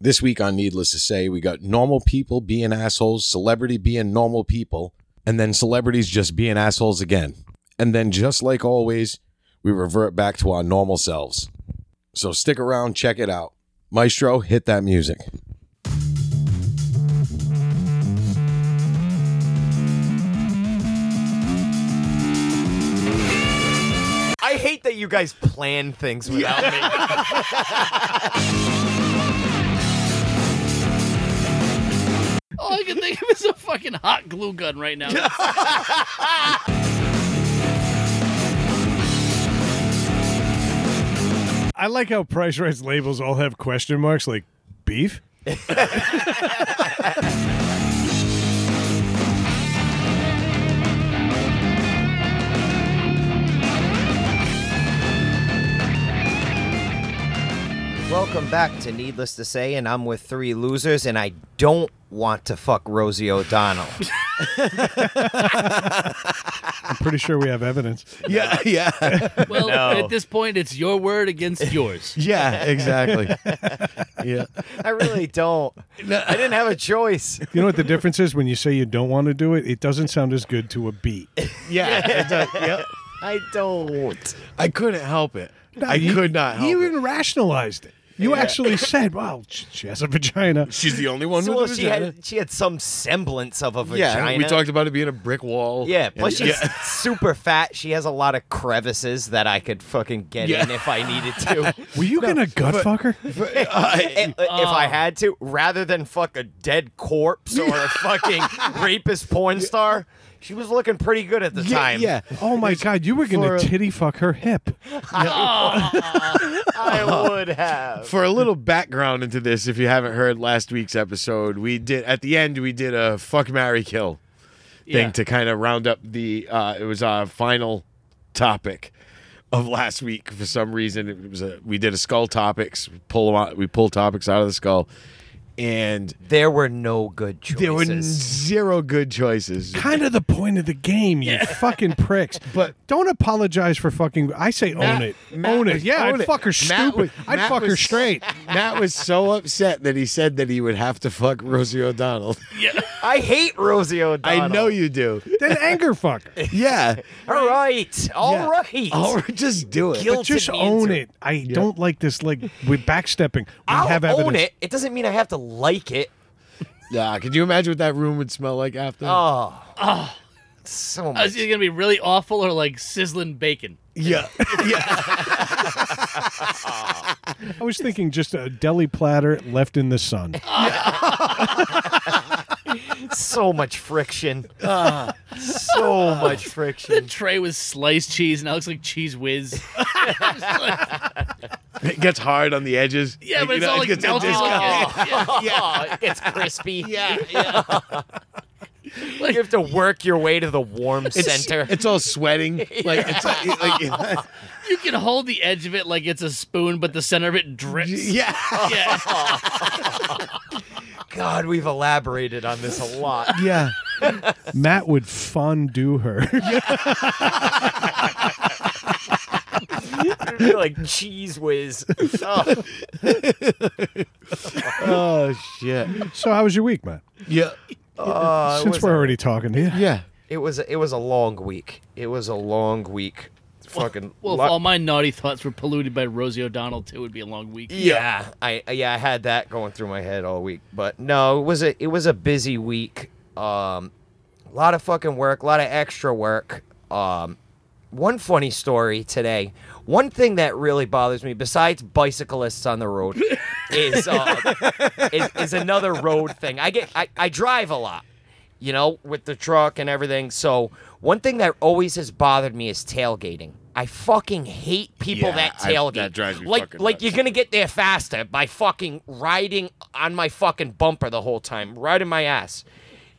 This week on Needless to Say, we got normal people being assholes, celebrity being normal people, and then celebrities just being assholes again. And then, just like always, we revert back to our normal selves. So stick around, check it out. Maestro, hit that music. I hate that you guys plan things without me. All I can think of is a fucking hot glue gun right now. I like how Price Right's labels all have question marks like beef. Welcome back to Needless to Say, and I'm with three losers, and I don't want to fuck Rosie O'Donnell. I'm pretty sure we have evidence. Yeah, yeah, Well, No. at this point, it's your word against yours. yeah, exactly. Yeah, I really don't. I didn't have a choice. You know what the difference is when you say you don't want to do it, it doesn't sound as good to a beat. yeah. it does, yep. I don't. I couldn't help it. I could not help You it. even rationalized it. You actually said, "Wow, sh- she has a vagina." She's the only one So, well, she had she had some semblance of a yeah, vagina. we talked about it being a brick wall. Yeah, plus And- she's super fat. She has a lot of crevices that I could fucking get Yeah. in if I needed to. Were you gonna gut fuck her? if Oh. I had to, rather than fuck a dead corpse or a fucking rapist porn star, she was looking pretty good at the yeah, time. yeah. Oh my god, you were for gonna a- titty fuck her hip. I Uh-huh. would have. For a little background into this, if you haven't heard last week's episode, we did at the end we did a fuck Mary kill thing Yeah. to kind of round up the uh, it was our final topic of last week for some reason it was a, we did a skull topics pull 'em out, we pulled topics out of the skull and There were no good choices. there were zero good choices Kind of the point of the game, you fucking pricks. But- don't apologize for fucking. I say own Matt- it, Matt own it. was- Yeah, own I'd it. fuck her Matt stupid. was- I'd Matt fuck her was- straight. Matt was so upset that he said that he would have to fuck Rosie O'Donnell. I hate Rosie O'Donnell. I know you do. then anger fuck. her. Yeah. All right. all Yeah. right. All right, just do it. Guilt- But just me own into it. I don't like this. Like we're backstepping. We I'll have evidence. own it. It doesn't mean I have to like it. Yeah, could you imagine what that room would smell like after? Oh. Ah. So It's much. either gonna be really awful or like sizzling bacon. yeah. yeah. I was thinking just a deli platter left in the sun. so much friction. Ah. so much The friction. tray was sliced cheese, and now it looks like cheese whiz. It's like- It gets hard on the edges. yeah, Like, but you it's know, all it like gets a melty. disc- Like, yeah, Ah, Yeah, it gets crispy. yeah, yeah. You have to work your way to the warm It's, center. it's all sweating. Like it's like, like- You can hold the edge of it like it's a spoon, but the center of it drips. yeah. Yeah. God, we've elaborated on this a lot. Yeah. Matt would fondue her. You're like cheese whiz. Oh, Oh shit. so how was your week, Matt? Yeah. uh, it, Since was we're a, already talking to you. Yeah. it was a, it was a long week. It was a long week. Fucking Well, lo- if all my naughty thoughts were polluted by Rosie O'Donnell, too, it would be a long week. yeah, I yeah I had that going through my head all week. But no, it was a it was a busy week. Um, a lot of fucking work, a lot of extra work. Um, one funny story today. One thing that really bothers me, besides bicyclists on the road, is, uh, is is another road thing. I get I, I drive a lot, you know, with the truck and everything. So one thing that always has bothered me is tailgating. I fucking hate people Yeah, that I- tailgate. that drives me like fucking like nuts. you're gonna get there faster by fucking riding on my fucking bumper the whole time, right in my ass.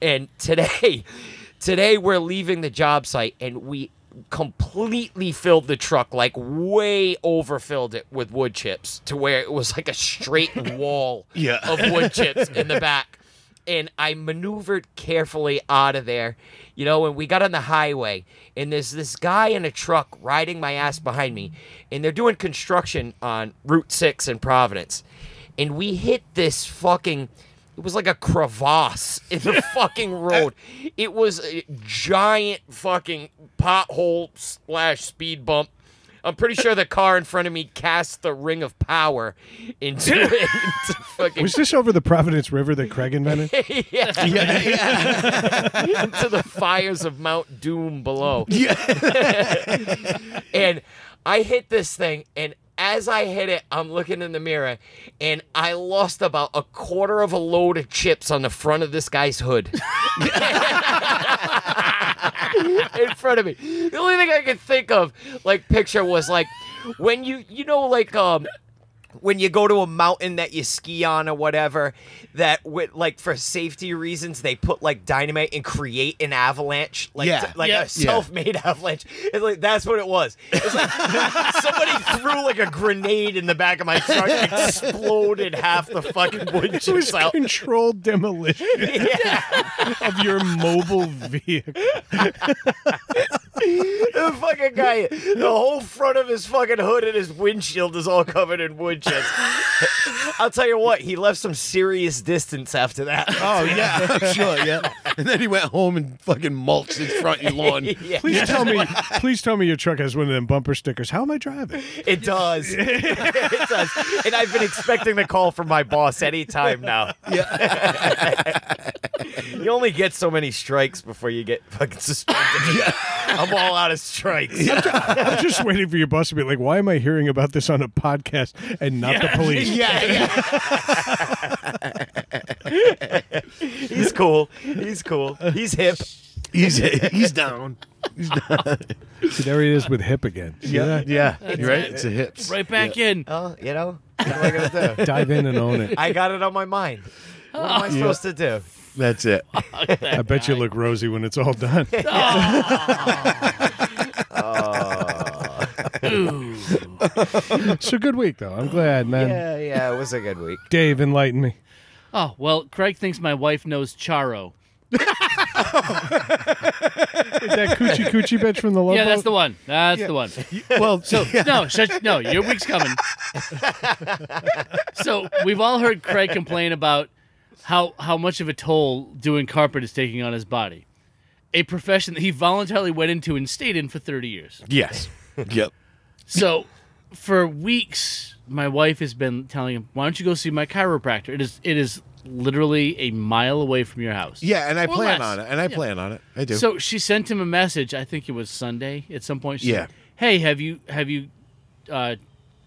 And today, today we're leaving the job site, and we completely filled the truck, like way overfilled it with wood chips to where it was like a straight wall Yeah. of wood chips in the back. And I maneuvered carefully out of there, you know. And we got on the highway, and there's this guy in a truck riding my ass behind me, and they're doing construction on Route Six in Providence, and we hit this fucking. It was like a crevasse in the fucking road. It was a giant fucking pothole slash speed bump. I'm pretty sure the car in front of me cast the ring of power into it. Into fucking Was this over the Providence River that Craig invented? yeah. Into the fires of Mount Doom below. and I hit this thing, and as I hit it, I'm looking in the mirror, and I lost about a quarter of a load of chips on the front of this guy's hood. in front of me. The only thing I could think of, like, picture was like when you, you know, like, um, when you go to a mountain that you ski on or whatever, that with like for safety reasons they put like dynamite and create an avalanche, like Yeah. to- like Yeah. a self-made avalanche. It's like that's what it was. It's like somebody threw like a grenade in the back of my truck, and exploded half the fucking wood It was chips out. controlled demolition Yeah. of your mobile vehicle. The fucking guy, the whole front of his fucking hood and his windshield is all covered in wood chips. I'll tell you what, he left some serious distance after that. Oh yeah, I'm sure, yeah. And then he went home and fucking mulched his front lawn. Yeah, Please tell me, please tell me your truck has one of them bumper stickers. How am I driving? it does. it does. And I've been expecting the call from my boss any time now. Yeah. you only get so many strikes before you get fucking suspended. I'm all out of strikes. I'm just waiting for your boss to be like, "Why am I hearing about this on a podcast and not the police?" Yeah, He's cool. He's cool. He's hip. He's he's down. See, there he is with hip again. See that? Uh, yeah. You're right. It's a hips. Right back in. Oh, you know, what am I gonna do? Dive in and own it. I got it on my mind. What am I supposed to do? That's it. I bet you look rosy when it's all done. It's a good week, though. I'm glad, man. Yeah, yeah, it was a good week. Dave, enlighten me. Oh, well, Craig thinks my wife knows Charo. Is that coochie coochie bitch from the love Yeah, that's the Boat? one. That's the one. Well, so No, shut, no, your week's coming. so we've all heard Craig complain about how how much of a toll doing carpet is taking on his body, a profession that he voluntarily went into and stayed in for thirty years. Yes. Yep. So for weeks, my wife has been telling him, "Why don't you go see my chiropractor?" It is it is literally a mile away from your house. Yeah, and I Or plan less. on it. And I plan on it. I do. So she sent him a message. I think it was Sunday at some point. She Yeah. said, hey, have you have you uh,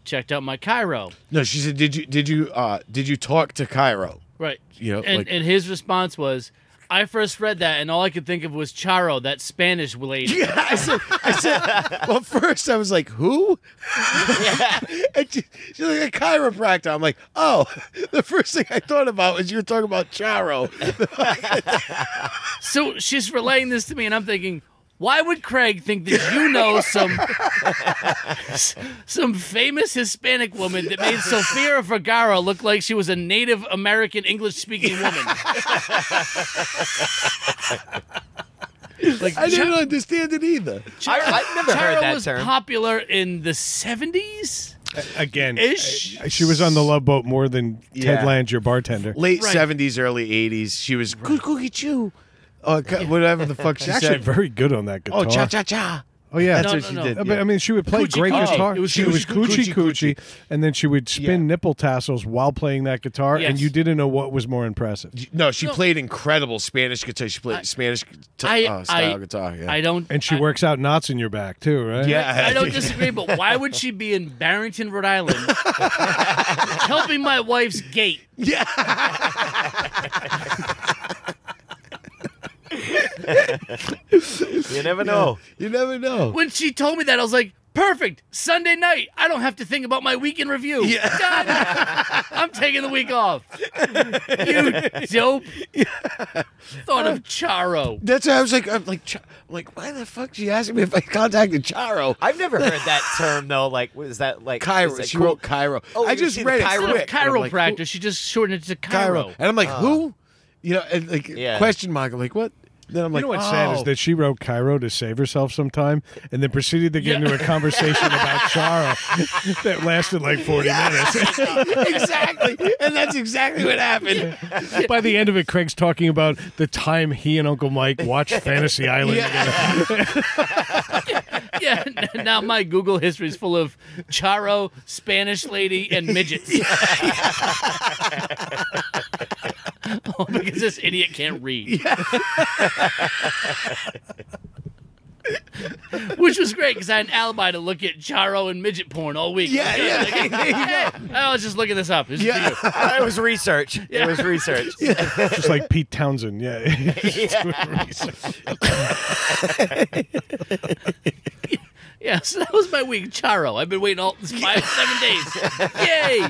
checked out my Cairo? no, she said, Did you did you uh did you talk to Cairo? Right. You know, and, like- and his response was, I first read that and all I could think of was Charo, that Spanish lady. Yeah, I said, I said, well, first I was like, who? and she, she's like, a chiropractor. I'm like, oh, the first thing I thought about was you were talking about Charo. so she's relaying this to me, and I'm thinking, why would Craig think that you know some some famous Hispanic woman that made Sofia Vergara look like she was a Native American English speaking woman? like I Cha- didn't understand it either. I, I've never heard Charo that was term. popular in the 70s again, ish. she was on the love boat more than Yeah. Ted Land, your bartender. Late Right. 70s, early 80s. She was "Coo- cookie chew. Or ca- whatever the fuck she She's actually said. very good on that guitar. Oh, cha cha cha. Oh, yeah. That's No, what no, she no. did. Uh, yeah. But I mean, she would play Coochie great coochie. guitar. It was- she it was was coochie coochie coochie. coochie, and then she would spin Yeah. nipple tassels while playing that guitar, and Yes. you didn't know what was more impressive. no, she played incredible Spanish guitar. She played Spanish guitar, I- uh, style I- guitar. Yeah. I don't. And she I, works out knots in your back too, right? Yeah. I don't disagree, but why would she be in Barrington, Rhode Island, helping my wife's gate? yeah. You never know. You never know. When she told me that, I was like, "Perfect, Sunday night. I don't have to think about my weekend review. Yeah. Done. I'm taking the week off." You dope. Thought Uh, of Charo. That's why I was like, I'm like, Ch- I'm like, why the fuck she asking me if I contacted Charo? I've never heard that term though. Like, was that like Cairo. is it She cool- wrote Cairo. Oh, I you just see the read it Cairo- quick. and I'm like, who- Chiropractor. She just shortened it to Cairo. Cairo. And I'm like, who? You know, and like Yeah. question mark. I'm like, what? Then I'm You like, know what's sad is "Oh." that she wrote Cairo to save herself sometime, and then proceeded to get Yeah. into a conversation about Chara that lasted like 40 minutes. exactly, and that's exactly what happened. By the end of it, Craig's talking about the time he and Uncle Mike watched Fantasy Island. together. yeah, now my Google history is full of Charo, Spanish lady, and midgets. oh, because this idiot can't read. Which was great because I had an alibi to look at Charo and midget porn all week. Yeah, yeah. Like, There you go. hey, I was just looking this up. It's just Yeah. you. Uh, it was research. It was research. Just like Pete Townsend. Yeah. Yeah, so that was my week. Charo. I've been waiting all this five, seven days. Yay!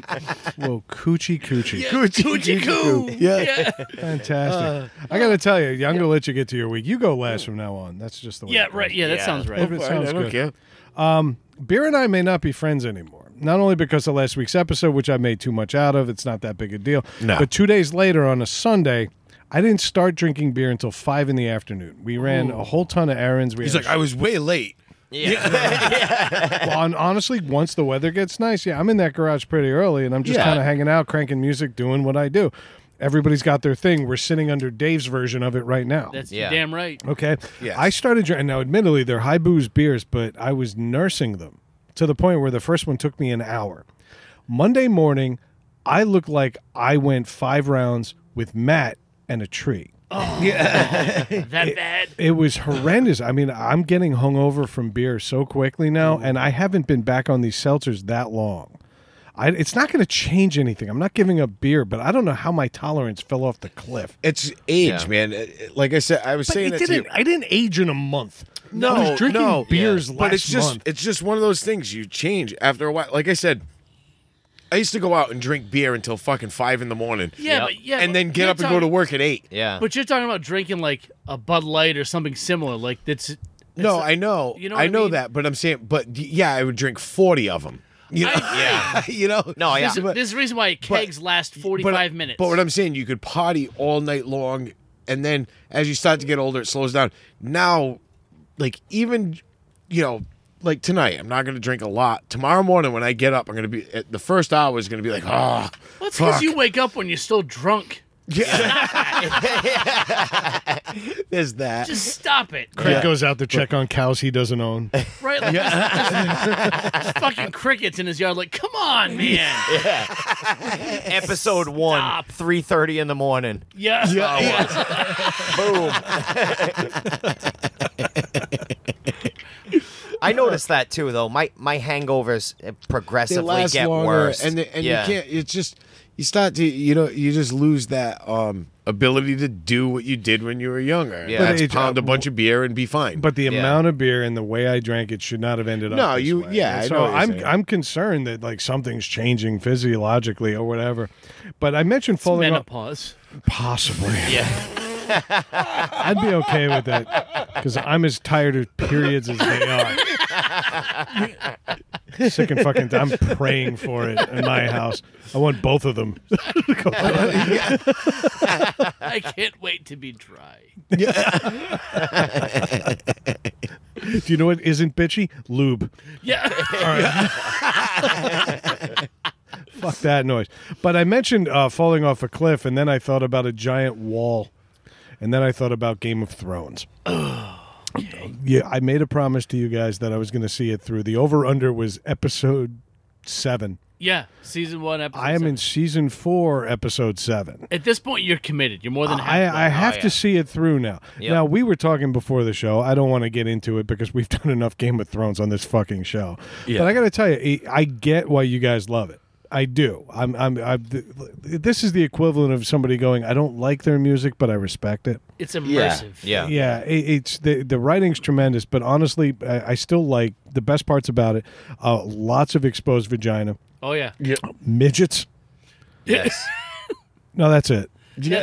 Whoa, coochie coochie. Yeah, Coochie, coochie coo. Yeah. yeah. Fantastic. Uh, I got to tell you, I'm going to let you get to your week. You go last from now on. That's just the way Yeah, it goes. right. Yeah, that Yeah. sounds right. If it sounds I don't good. care. Beer and I may not be friends anymore. Not only because of last week's episode, which I made too much out of, it's not that big a deal. No. But two days later on a Sunday, I didn't start drinking beer until five in the afternoon. We ran a whole ton of errands. We He's had- like, I was way late. well, and honestly, once the weather gets nice, yeah, I'm in that garage pretty early, and I'm just Yeah. kind of hanging out, cranking music, doing what I do. Everybody's got their thing. We're sitting under Dave's version of it right now. That's Yeah. damn right. Okay. Yes. I started drinking. Now, admittedly, they're high booze beers, but I was nursing them to the point where the first one took me an hour. Monday morning, I looked like I went five rounds with Matt and a tree. That bad. It was horrendous. I mean, I'm getting hungover from beer so quickly now, Mm-hmm. and I haven't been back on these seltzers that long. I, it's not going to change anything. I'm not giving up beer, but I don't know how my tolerance fell off the cliff. It's age, Yeah. man. It- it- Like I said, I was saying it that to didn't. you. I didn't age in a month. No, I was drinking no. beers last But it's just month. it's just one of those things you change after a while. Like I said, I used to go out and drink beer until fucking five in the morning. Yeah, but yeah. and but then get you're up and go to talking- work at eight. Yeah. But you're talking about drinking like a Bud Light or something similar. Like that's. No, I know. you know what I I know mean? that, but I'm saying, but y- yeah, I would drink forty of them. You know, I you know. no, yeah. This, this is the reason why kegs last 45 minutes. But what I'm saying, you could party all night long, and then as you start to get older, it slows down. Now, like even, you know, like tonight, I'm not going to drink a lot. Tomorrow morning when I get up, I'm going to be at the first hour is going to be like, ah, well, it's fuck. because you wake up when you're still drunk. yeah. There's that. Just stop it. Craig goes out to check on cows he doesn't own. Right? Like, there's- there's fucking crickets in his yard. Like, come on, man. Episode one, Stop. three thirty in the morning. Yeah. Oh, Boom. I noticed that too, though. My my hangovers uh, they progressively last get longer, worse, and the, and Yeah. you can't. It's just you start to you know you just lose that um ability to do what you did when you were younger. Yeah. Yeah, But That's it- uh, pound a bunch of beer and be fine. But the Yeah. amount of beer and the way I drank it should not have ended up. No, this you- way. yeah, I So know what you're I'm saying. I'm concerned that like something's changing physiologically or whatever. But I mentioned falling off Menopause. possibly. Yeah. I'd be okay with that because I'm as tired of periods as they are. Sick and fucking. I'm praying for it in my house. I want both of them. I can't wait to be dry. Do you know what isn't bitchy? Lube. Yeah. Fuck that noise. But I mentioned uh, falling off a cliff, and then I thought about a giant wall, and then I thought about Game of Thrones. Yeah, I made a promise to you guys that I was going to see it through. The over under was episode seven. yeah. Season one, episode I am seven. in season four, episode seven. At this point, you're committed. You're more than halfway. I, I have to Oh, see it through now. Yep. Now we were talking before the show. I don't want to get into it because we've done enough Game of Thrones on this fucking show. But I got to tell you, e, I I get why you guys love it. I do. I'm. I'm. I'm th- this is the equivalent of somebody going, "I don't like their music, but I respect it." It's immersive. Yeah. Yeah, it, it's the the writing's tremendous, but honestly, I, I still like the best parts about it. Uh, lots of exposed vagina, Oh, yeah. midgets. Yes. No, that's it. Yeah.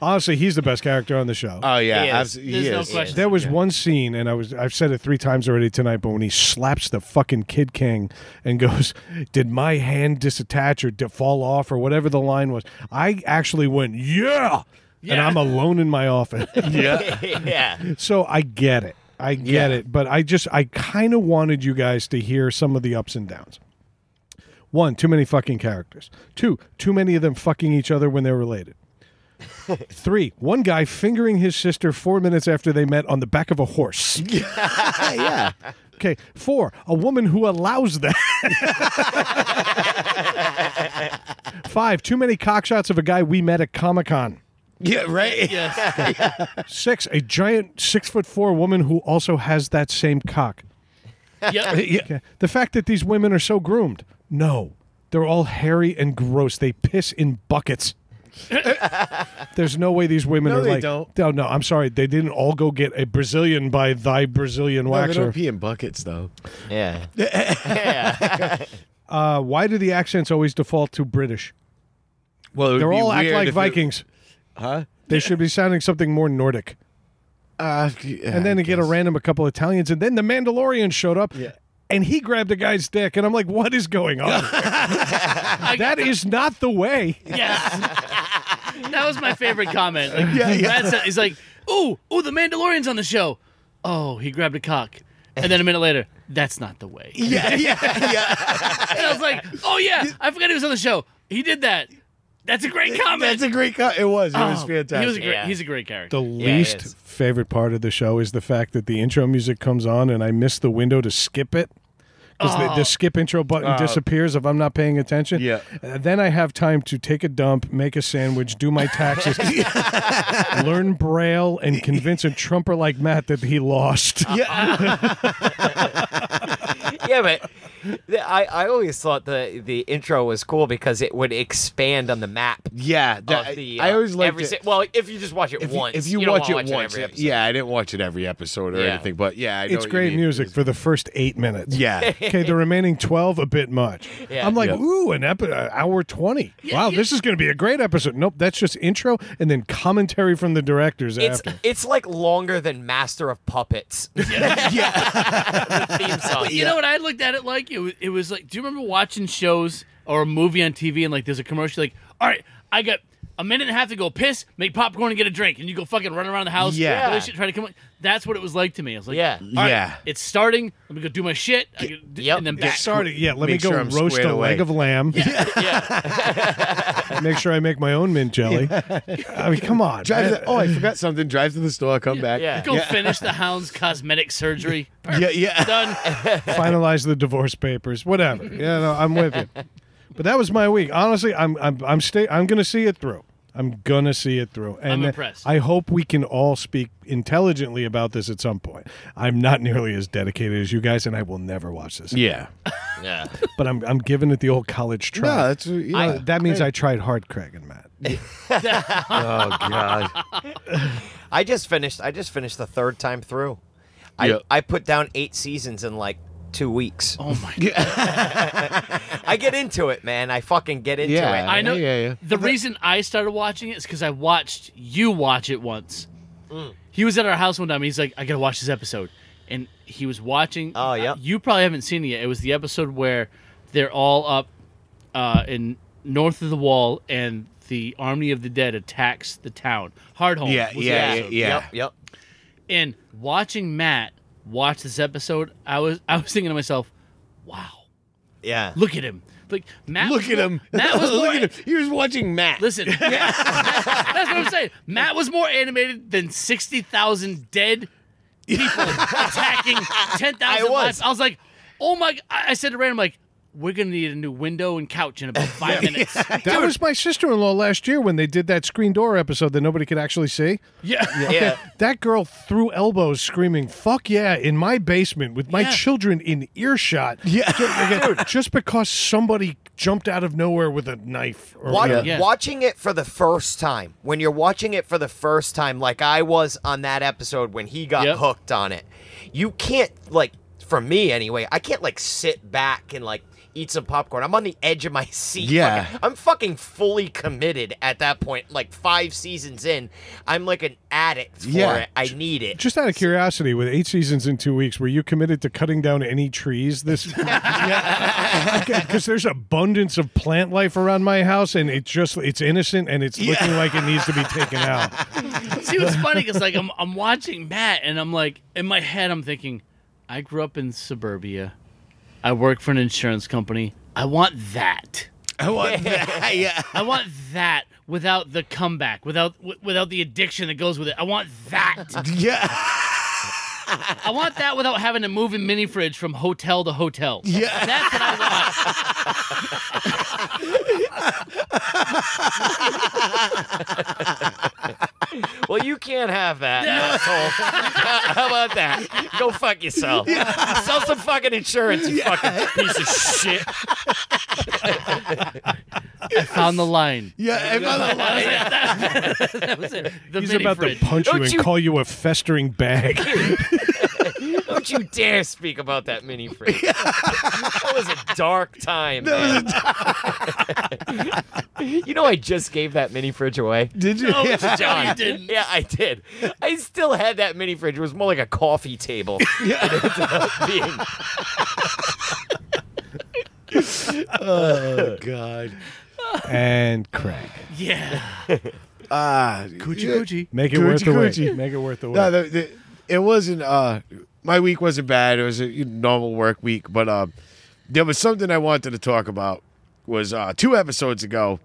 Honestly, he's the best character on the show. oh yeah, He is. abs- he There's no is. question. There was one scene, and I was I've said it three times already tonight, but when he slaps the fucking Kid King and goes, "Did my hand disattach or di- fall off or whatever the line was?" I actually went, "Yeah." and Yeah. I'm alone in my office. Yeah. yeah. so I get it. I get Yeah. it. But I just, I kind of wanted you guys to hear some of the ups and downs. One, too many fucking characters. Two, too many of them fucking each other when they're related. Three, one guy fingering his sister four minutes after they met on the back of a horse. yeah. Okay. Four, a woman who allows that. Five, too many cockshots of a guy we met at Comic Con. Yeah, right? Yes. Six, a giant six foot four woman who also has that same cock. Yep. Okay. The fact that these women are so groomed. No. They're all hairy and gross. They piss in buckets. There's no way these women No, are they like don't. No, no, I'm sorry. They didn't all go get a Brazilian by thy Brazilian No, they don't waxer. pee in buckets though. Yeah. yeah. Uh, why do the accents always default to British? Well, it would They're be all act weird like if it- Vikings. huh? They should be sounding something more Nordic. Uh, And then to get a random a couple Italians, and then the Mandalorian showed up, Yeah. and he grabbed a guy's dick, and I'm like, what is going on? that is not the way. Yes. that was my favorite comment. Like, That's he's like, ooh, ooh, the Mandalorian's on the show. Oh, he grabbed a cock. And then a minute later, that's not the way. And yeah, yeah, yeah. I was like, oh, yeah, I forgot he was on the show. He did that. That's a great comment. That's a great cut. It was. It was Oh, fantastic. He was a great, Yeah. He's a great character. The it least is. favorite part of the show is the fact that the intro music comes on and I miss the window to skip it. Because the, Oh. the skip intro button disappears if I'm not paying attention. Yeah. Uh, then I have time to take a dump, make a sandwich, do my taxes, learn Braille, and convince a Trumper like Matt that he lost. yeah, but th- I, I always thought the, the intro was cool because it would expand on the map. yeah, that- of the, I uh, always liked every it. si- well, if you just watch it if you, once, if you, don't watch, it wanna once, every episode. yeah, I didn't watch it every episode or Yeah. anything, but yeah, I know It's what you great mean. music for the first eight minutes. Yeah, Okay, the remaining 12, a bit much. Yeah. I'm like, Yeah. ooh, an epi- uh, hour 20. wow, this is going to be a great episode. Nope, that's just intro and then commentary from the directors It's after. it's like longer than Master of Puppets. Yeah, the theme song. You know what I looked at it like? It was, it was like, do you remember watching shows or a movie on TV and like there's a commercial like, all right, I got a minute and a half to go piss, make popcorn, and get a drink, and you go fucking run around the house, Yeah. do this shit, try to come. That's what it was like to me. I was like, Yeah. all right, Yeah. it's starting. Let me go do my shit. I go do- Yep. and then Get back. started. Yeah, let me Make go sure I'm roast squared a away. leg of lamb. yeah. Make sure I make my own mint jelly. I mean, come on. drive. man. To, oh, I forgot something. Drive to the store. Come back. Yeah. Go finish the hound's cosmetic surgery. yeah, yeah. Done. Finalize the divorce papers. Whatever. Yeah, no, I'm with you. But that was my week. Honestly, I'm I'm I'm stay I'm gonna see it through. I'm gonna see it through. And uh, I'm impressed. I hope we can all speak intelligently about this at some point. I'm not nearly as dedicated as you guys, and I will never watch this. Yeah. yeah. But I'm I'm giving it the old college try. No, that's yeah. I- that means I tried hard, Craig and Matt. oh god. I just finished. I just finished the third time through. I Yeah. I put down eight seasons in like two weeks. Oh my I get into it, man. I fucking get into Yeah. it. I know. Yeah, yeah. The reason I started watching it is because I watched you watch it once. Mm. He was at our house one time. He's like, "I gotta watch this episode," and he was watching. uh, Oh, yep. You probably haven't seen it yet. It was the episode where they're all up uh, in north of the wall, and the army of the dead attacks the town. Hardhome. Yeah, was the yeah, episode. yeah. Yep. Yep. And watching Matt watch this episode, I was I was thinking to myself, "Wow, Yeah. look at him! Like Matt. Look was at more- him. Matt was Look more- at him. He was watching Matt. Listen, that's what I'm saying. Matt was more animated than sixty thousand dead people attacking ten I thousand was. lives. I was like, oh my! I I said to Rand, I'm like, we're gonna need a new window and couch in about five minutes. That was my sister-in-law last year when they did that screen door episode that nobody could actually see. Yeah. Yeah. That girl threw elbows screaming, fuck yeah, in my basement with my Yeah. children in earshot. Yeah. Just, because somebody jumped out of nowhere with a knife or Wa- whatever. Yeah. Watching it for the first time, when you're watching it for the first time, like I was on that episode when he got Yep. hooked on it, you can't like. for me anyway. I can't like sit back and like eat some popcorn. I'm on the edge of my seat. Yeah. Fucking- I'm fucking fully committed at that point. Like five seasons in, I'm like an addict for Yeah. it. I need it. Just out of curiosity, with eight seasons in two weeks, were you committed to cutting down any trees this? Because there's abundance of plant life around my house, and it just it's innocent and it's looking like it needs to be taken out. See, it's funny because like I'm I'm watching Matt and I'm like in my head I'm thinking, I grew up in suburbia, I work for an insurance company. I want that. I want that. Yeah. I want that without the comeback, without w- without the addiction that goes with it. I want that. Yeah. I want that without having to move in mini fridge from hotel to hotel. Yeah. That's what I want. Well, you can't have that. asshole. How about that? Go fuck yourself. Sell some fucking insurance, you fucking piece of shit. I found the line. Yeah. And by the way, That was it. The He's mini about fridge. to punch you Don't and you- call you a festering bag. Don't you dare speak about that mini fridge. that was a dark time. man. you know, I just gave that mini fridge away. did you? Oh, Yeah. Joe, you didn't. Yeah, I did. I still had that mini fridge. It was more like a coffee table. Yeah. It ended up being. Oh God. and crack. Yeah. Ah. Coochie yeah. coochie. Make it Coochie worth the coochie. wait. Make it worth the wait. No, the, the, it wasn't. Uh, my week wasn't bad. It was a you know, normal work week, but um, there was something I wanted to talk about. Was uh, two episodes ago,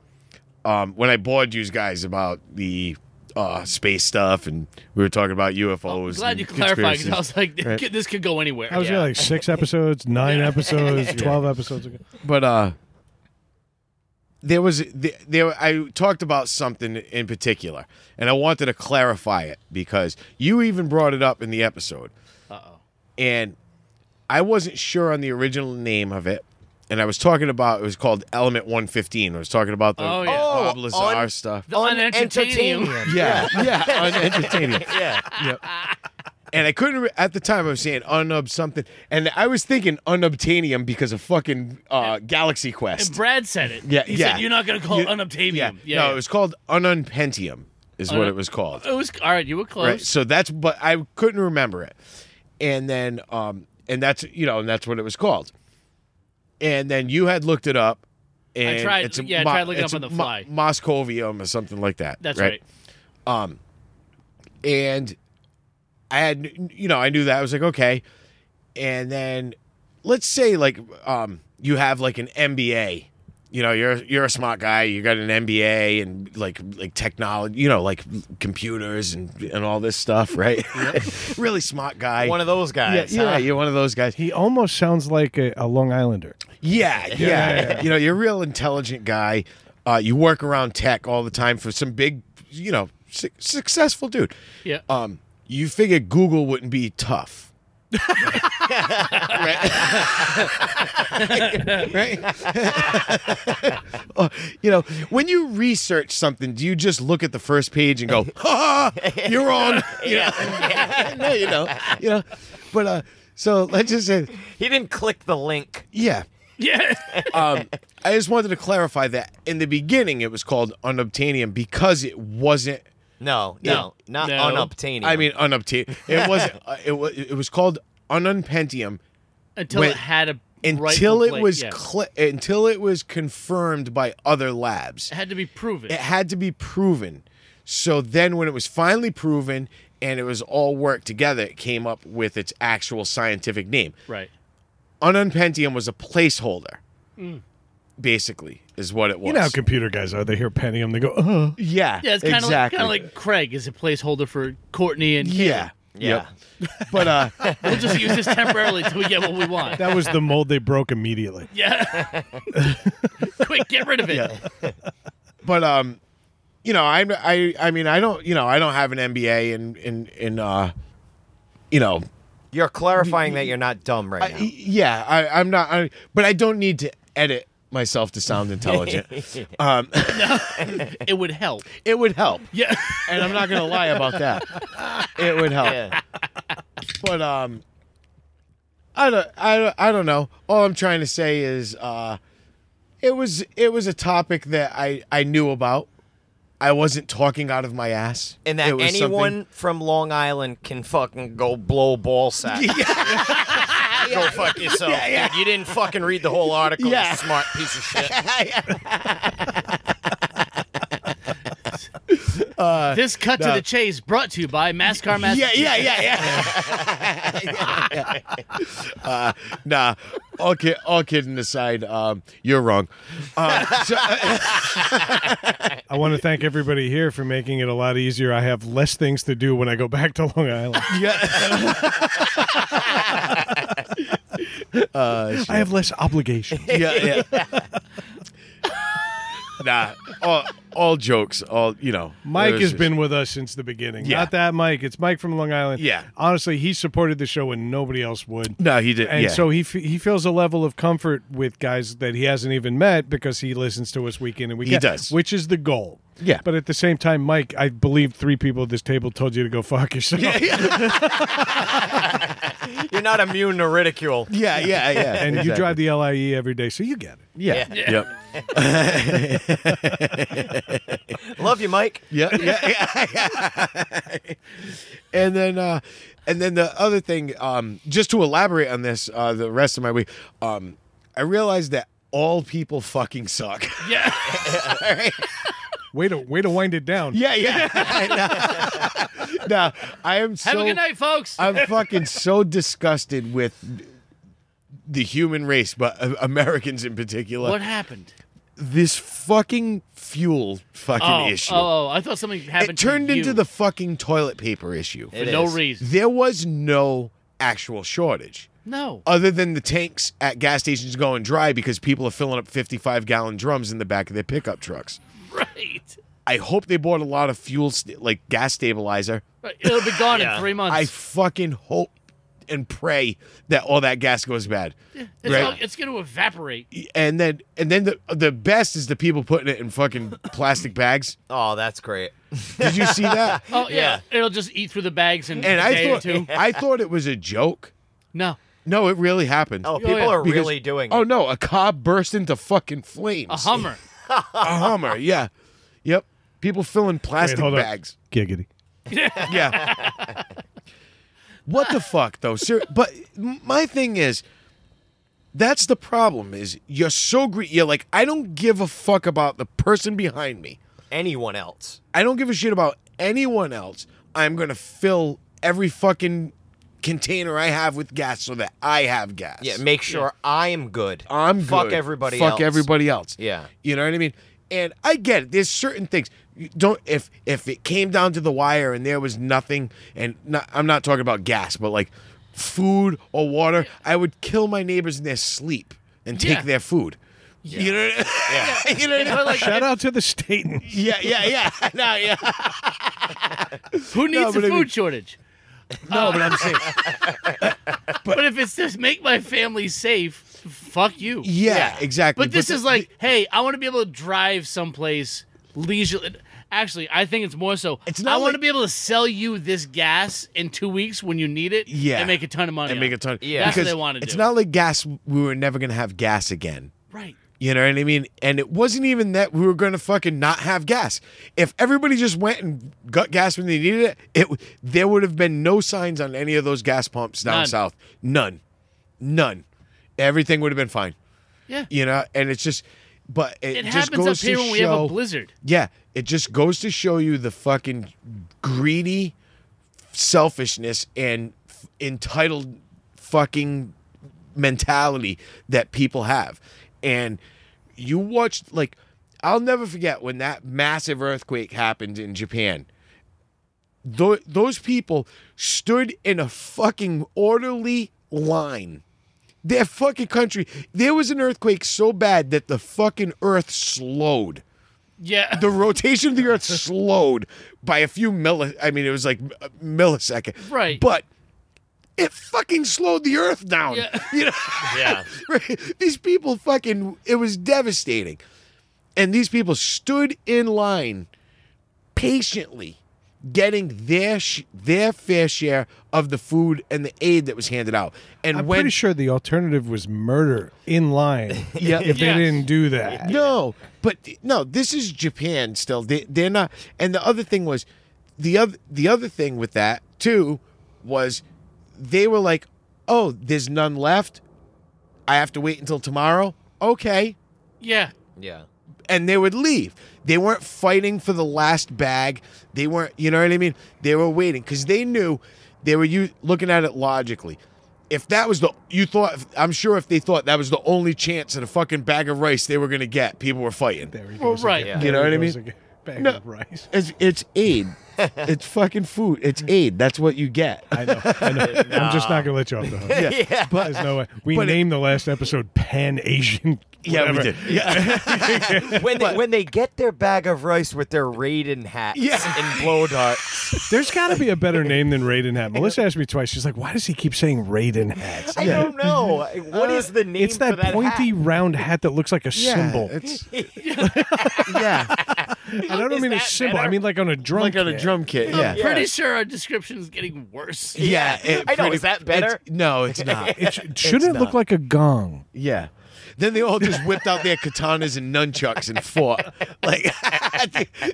um, when I bored you guys about the uh, space stuff, and we were talking about UFOs. I'm glad and you clarified because I conspiracies. was like, this Right. could- this could go anywhere. I was yeah. like six episodes, nine episodes, twelve episodes ago. But uh, there was there, there. I talked about something in particular, and I wanted to clarify it because you even brought it up in the episode. Uh-oh. and I wasn't sure on the original name of it. And I was talking about it was called Element 115. I was talking about the Oh, yeah. Bob Oh, Lazar on- stuff. The unentertaining. Unentertaining. yeah, yeah, unentertaining. Yeah. And I couldn't re- at the time. I was saying unub something, and I was thinking unobtainium because of fucking uh, Galaxy Quest. And Brad said it. Yeah, he yeah. said you're not gonna call You- it unobtainium. yeah. Yeah, no, yeah. it was called ununpentium, is what Unu- it was called. It was all right. You were close. Right. So that's but I couldn't remember it. And then um and that's you know, and that's what it was called. And then you had looked it up and tried- it's a yeah, I mo- tried looking it's up on a the mo- fly. Moscovium or something like that. That's right. And I had you know, I knew that. I was like, okay. And then let's say like um you have like an MBA. You know, you're you're a smart guy, you got an MBA and like like technology, you know, like computers and and all this stuff, right? really smart guy. One of those guys. Yeah, yeah, huh? you're one of those guys. He almost sounds like a, a Long Islander. Yeah, yeah. You know, you're a real intelligent guy. Uh, you work around tech all the time for some big, you know, su- successful dude. Yeah. Um, you figure Google wouldn't be tough. right? Right? Uh, you know, when you research something, do you just look at the first page and go, "Ha, ha, you're on." You know? no, you know, you know. But uh, so let's just say, He didn't click the link. yeah, yeah. um, I just wanted to clarify that in the beginning it was called unobtainium because it wasn't. No, no, not No. unobtainium. I mean, unobtainium. It wasn't. uh, it was. It was called ununpentium Until when- it had a until rightful it place, was yeah. cl- until it was confirmed by other labs. it had to be proven. It had to be proven. So then, when it was finally proven and it was all worked together, it came up with its actual scientific name. Right. Ununpentium was a placeholder, Mm. basically, is what it was. You know how computer guys are. They hear Pentium, they go, oh. Yeah, Yeah, it's kind of exactly. like, kind of like Craig is a placeholder for Courtney and yeah, yeah. Yep. But uh, We'll just use this temporarily till we get what we want. That was the mold they broke immediately. Yeah. Quick, get rid of it. but um, you know, I'm I I mean I don't you know I don't have an MBA in in in uh, you know, You're clarifying that you're not dumb right I- now. yeah, I I'm not, I, but I don't need to edit myself to sound intelligent. um, It would help. it would help, Yeah. and I'm not gonna lie about that. It would help, yeah. but um. I don't, I, don't- I don't know. All I'm trying to say is, uh, it was it was a topic that I I knew about. I wasn't talking out of my ass. And that It was something- anyone from Long Island can fucking go blow ball sack. go fuck yourself. dude. You didn't fucking read the whole article, Yeah. you smart piece of shit. this cut to the chase brought to you by NASCAR Master. Yeah, yeah, yeah, yeah. uh, nah, all, kid, all kidding aside, um, you're wrong. Uh, so- I want to thank everybody here for making it a lot easier. I have less things to do when I go back to Long Island. yeah. Oh, I have less obligations. yeah, yeah. nah, all, all jokes, all you know. Mike there's has just- been with us since the beginning. Yeah. Not that Mike. It's Mike from Long Island. Yeah. Honestly, he supported the show when nobody else would. No, he did. And yeah. so he f- he feels a level of comfort with guys that he hasn't even met because he listens to us week in and week He out, does. which is the goal. Yeah. But at the same time, Mike, I believe three people at this table told you to go fuck yourself. You're not immune to ridicule. yeah, yeah, yeah. And you drive the LIE every day, so you get it. Yeah. Yeah. Yep. Love you, Mike. Yeah, yeah, yeah. and then, uh, and then the other thing, um, just to elaborate on this, uh, the rest of my week, um, I realized that all people fucking suck. Yeah. Way to way to wind it down. yeah, yeah. now, I am so. Have a good night, folks. I'm fucking so disgusted with the human race, but uh, Americans in particular. what happened? This fucking fuel fucking Oh, issue. oh, oh, I thought something happened. it turned to you into the fucking toilet paper issue. for It no is. reason. there was no actual shortage No. other than the tanks at gas stations going dry because people are filling up 55 gallon drums in the back of their pickup trucks. Right. I hope they bought a lot of fuel, st- like gas stabilizer. Right. It'll be gone Yeah. in three months. I fucking hope and pray that all that gas goes bad. it's, right. all- it's going to evaporate. And then, and then the the best is the people putting it in fucking plastic bags. Oh, that's great. Did you see that? Oh yeah. Yeah. It'll just eat through the bags in And a I day or thought two. I thought it was a joke. No. No, it really happened. Oh, people yeah. are Because- really doing Oh it. no, a cob burst into fucking flames. A Hummer. A Hummer, yeah. Yep. People filling plastic hold on. bags. Giggity. Yeah. what the fuck though? Ser- but m- my thing is that's the problem is you're so greedy. You're like I don't give a fuck about the person behind me. Anyone else. I don't give a shit about anyone else. I'm going to fill every fucking container I have with gas so that I have gas. Yeah, make sure I'm good. I'm Fuck good. everybody Fuck else. everybody else. Yeah. You know what I mean? And I get it. There's certain things. You don't if if it came down to the wire and there was nothing and not, I'm not talking about gas, but like food or water, I would kill my neighbors in their sleep and take Yeah. their food. You know what I mean? you know what I mean? But, like, Shout out to the state. Yeah, yeah, yeah. No, yeah. who needs but a I food mean- shortage? No, but I'm saying But, if it's just make my family safe, fuck you. Yeah, exactly. But this the- is like, hey, I want to be able to drive someplace leisurely. Actually, I think it's more so. It's not I want to like- be able to sell you this gas in two weeks when you need it. Yeah. and make a ton of money. and on make a it. ton. Yeah. That's what because they wanna It's do. not like gas. We were never gonna have gas again. Right. You know what I mean? And it wasn't even that we were going to fucking not have gas. If everybody just went and got gas when they needed it, it w- there would have been no signs on any of those gas pumps down None. south. None. None. Everything would have been fine. Yeah. You know, and it's just but it, It just happens up goes here to when show we have a blizzard. Yeah, it just goes to show you the fucking greedy selfishness and f- entitled fucking mentality that people have. And you watched like I'll never forget when that massive earthquake happened in Japan. Tho- those people stood in a fucking orderly line. Their fucking country. There was an earthquake so bad that the fucking earth slowed Yeah. the rotation of the earth slowed by a few milli I mean it was like a millisecond. Right. But it fucking slowed the earth down. Yeah. You know? Yeah. Right? These people fucking it was devastating. And these people stood in line patiently getting their sh- their fair share of the food and the aid that was handed out. And I'm when pretty sure the alternative was murder in line. Yeah. Yes. if they didn't do that. No, but no, this is Japan still. They, they're not. And the other thing was, the other the other thing with that too was, they were like, "Oh, there's none left. I have to wait until tomorrow." Okay, Yeah. Yeah. and they would leave. They weren't fighting for the last bag. They weren't, you know what I mean? They were waiting because they knew they were you looking at it logically. If that was the you thought, I'm sure if they thought that was the only chance at a fucking bag of rice they were gonna get, people were fighting. There he Well, goes. right. Yeah. You know There what he I goes mean? again. Bag No. of rice. It's it's aid. it's fucking food. It's aid. That's what you get. I know. I know. I'm just not gonna let you off the hook. Yeah. There's no way. We but it- named the last episode Pan Asian. Yeah, we did. Yeah. when they, when they get their bag of rice with their Raiden hats Yeah. and blow darts. There's got to be a better name than Raiden Hat. Melissa asked me twice. She's like, "Why does he keep saying Raiden Hats?" I don't know. What is the name It's that, for that pointy hat? round hat that looks like a symbol. It's, yeah. And I don't Is mean a that symbol. better? I mean like on a drum. Like on a kit. drum kit. I'm Yeah. pretty sure our description is getting worse. Yeah. it I know, pretty- is that better? it's- no, it's not. It sh- shouldn't it look like a gong? Yeah. Then they all just whipped out their katanas and nunchucks and fought. Like,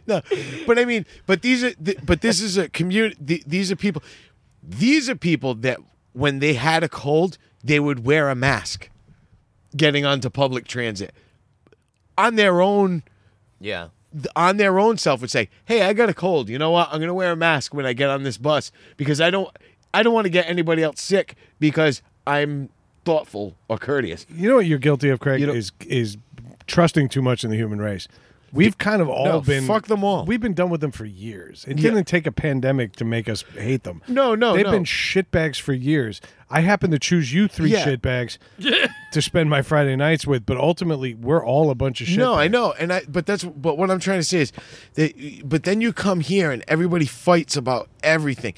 no, but I mean, but these are, th- but this is a community. These are people. These are people that when they had a cold, they would wear a mask. Getting onto public transit on their own, Yeah. on their own self would say, "Hey, I got a cold. You know what? I'm gonna wear a mask when I get on this bus because I don't, I don't want to get anybody else sick because I'm thoughtful or courteous." You know what you're guilty of, Craig, You know- is is trusting too much in the human race. We've kind of all No, been fuck them all. We've been done with them for years. It didn't take a pandemic to make us hate them. No, no, they've no. been shitbags for years. I happen to choose you three Yeah. shitbags to spend my Friday nights with, but ultimately we're all a bunch of shit. No, I know, and I. But that's. But what I'm trying to say is, that. But then you come here and everybody fights about everything.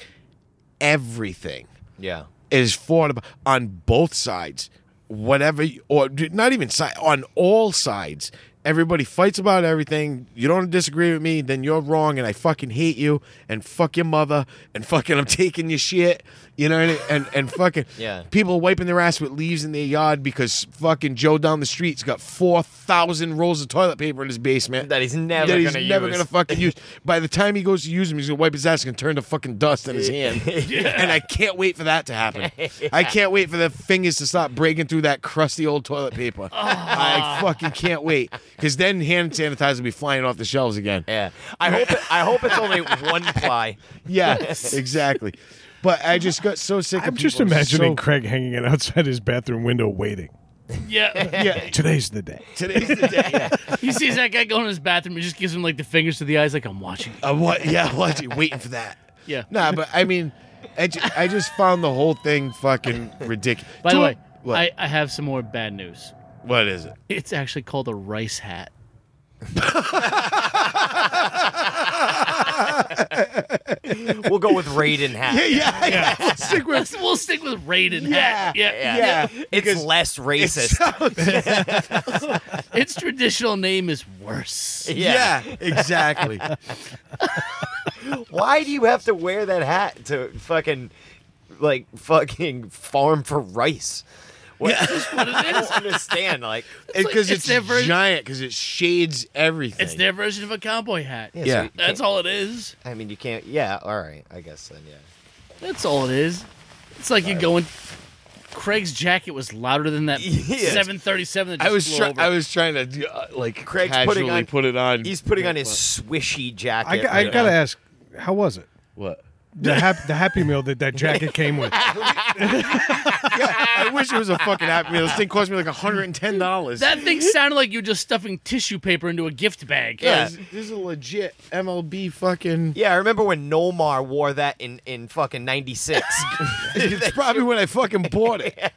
Everything Yeah. is fought about on both sides. Whatever, you- or d- not even side on all sides. Everybody fights about everything. You don't disagree with me, then you're wrong, and I fucking hate you, and fuck your mother, and fucking I'm taking your shit. You know, and and, and fucking Yeah. people wiping their ass with leaves in their yard because fucking Joe down the street's got 4,000 rolls of toilet paper in his basement That he's never that he's gonna never use. gonna fucking use. By the time he goes to use them, he's gonna wipe his ass and turn to fucking dust in his hand. And I can't wait for that to happen. I can't wait for the fingers to stop breaking through that crusty old toilet paper. I fucking can't wait because then hand sanitizer will be flying off the shelves again. Yeah. I hope it, I hope it's only one ply. Yeah, exactly. But I just got so sick. of I'm just people. It's imagining so- Craig hanging out outside his bathroom window waiting. Yeah. yeah, Today's the day. today's the day. he sees that guy going in his bathroom and just gives him like the fingers to the eyes, like I'm watching. I want, Uh, yeah, watching, waiting for that. Yeah. Nah, but I mean, I, ju- I just found the whole thing fucking ridiculous. By the way, what? I, I have some more bad news. what is it? It's actually called a rice hat. We'll go with Raiden hat. Yeah, yeah. yeah. Stick with Let's, we'll stick with Raiden hat. Yeah, Yeah, yeah. It's because less racist. Its traditional name is worse. Yeah, exactly. Why do you have to wear that hat to fucking like fucking farm for rice? What, But it I is. don't understand. Like like- Because it's it's, their version- giant. Because it shades everything. It's their version of a cowboy hat. yeah, so Yeah. you That's can't- all it is. I mean, you can't. Yeah, all right. I guess then. Yeah. That's all it is. It's like you're going. Craig's jacket was louder than that Yes. 737 that I just was flew try- over. I was trying to uh, like Craig's putting casually on- put it on. He's putting on his swishy jacket. I, I right gotta now. ask, how was it? what? The, hap- the Happy Meal that that jacket came with. I wish it was a fucking happy meal. This thing cost me like hundred and ten dollars. that thing sounded like you were just stuffing tissue paper into a gift bag. Yeah. this, this is a legit MLB fucking. Yeah, I remember when Nomar wore that in in fucking '96. It's probably when I fucking bought it.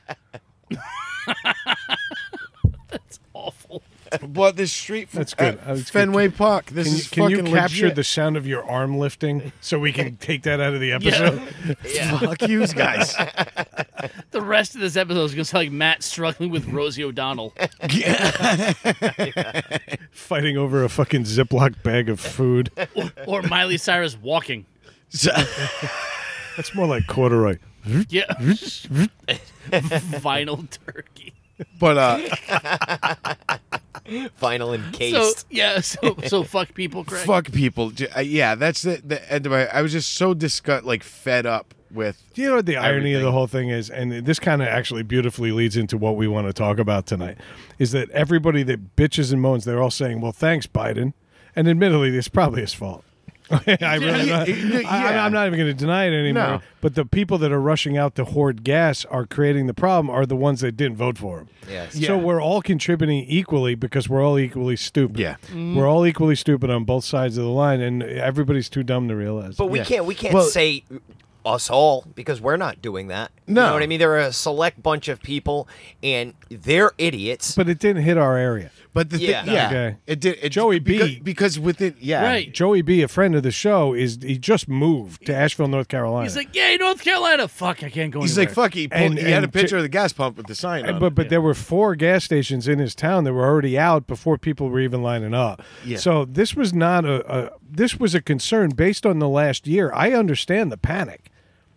Awful. Bought this street. From, That's good. at That's good. Fenway Park. This Can, you- is can you fucking capture legit. the sound of your arm lifting so we can take that out of the episode? Fuck yous, guys. The rest of this episode is going to sound like Matt struggling with Rosie O'Donnell. Fighting over a fucking Ziploc bag of food. or Miley Cyrus walking. So- That's more like corduroy. Yeah. Vinyl turkey. but uh, Final So encased. yeah, so so fuck people, Craig. fuck people. J- uh, Yeah, that's the, the end of my. I was just so disgust, like fed up with. Do you know what the irony of the Everything. whole thing is? And this kind of actually beautifully leads into what we want to talk about tonight is that everybody that bitches and moans, they're all saying, well, thanks, Biden. And admittedly, it's probably his fault. I really Yeah, not, yeah, I, yeah. I'm not even going to deny it anymore. No. But the people that are rushing out to hoard gas are creating the problem are the ones that didn't vote for him. Yes. So Yeah. we're all contributing equally because we're all equally stupid. Yeah. We're all equally stupid on both sides of the line, and everybody's too dumb to realize. But we Yeah. can't we can't Well- say us all because we're not doing that. You No. know what I mean? There are a select bunch of people and they're idiots. but it didn't hit our area. But the yeah, Yeah. yeah Okay. it did. It, Joey B. because, because within yeah, Right. Joey B, a friend of the show, is he just moved to Asheville, North Carolina. He's like, yeah, North Carolina. Fuck, I can't go He's anywhere. like, fuck. He, pulled, And- he had a and picture J- of the gas pump with the sign on. but But, but there were four gas stations in his town that were already out before people were even lining up. Yeah. So this was not a, a this was a concern based on the last year. I understand the panic.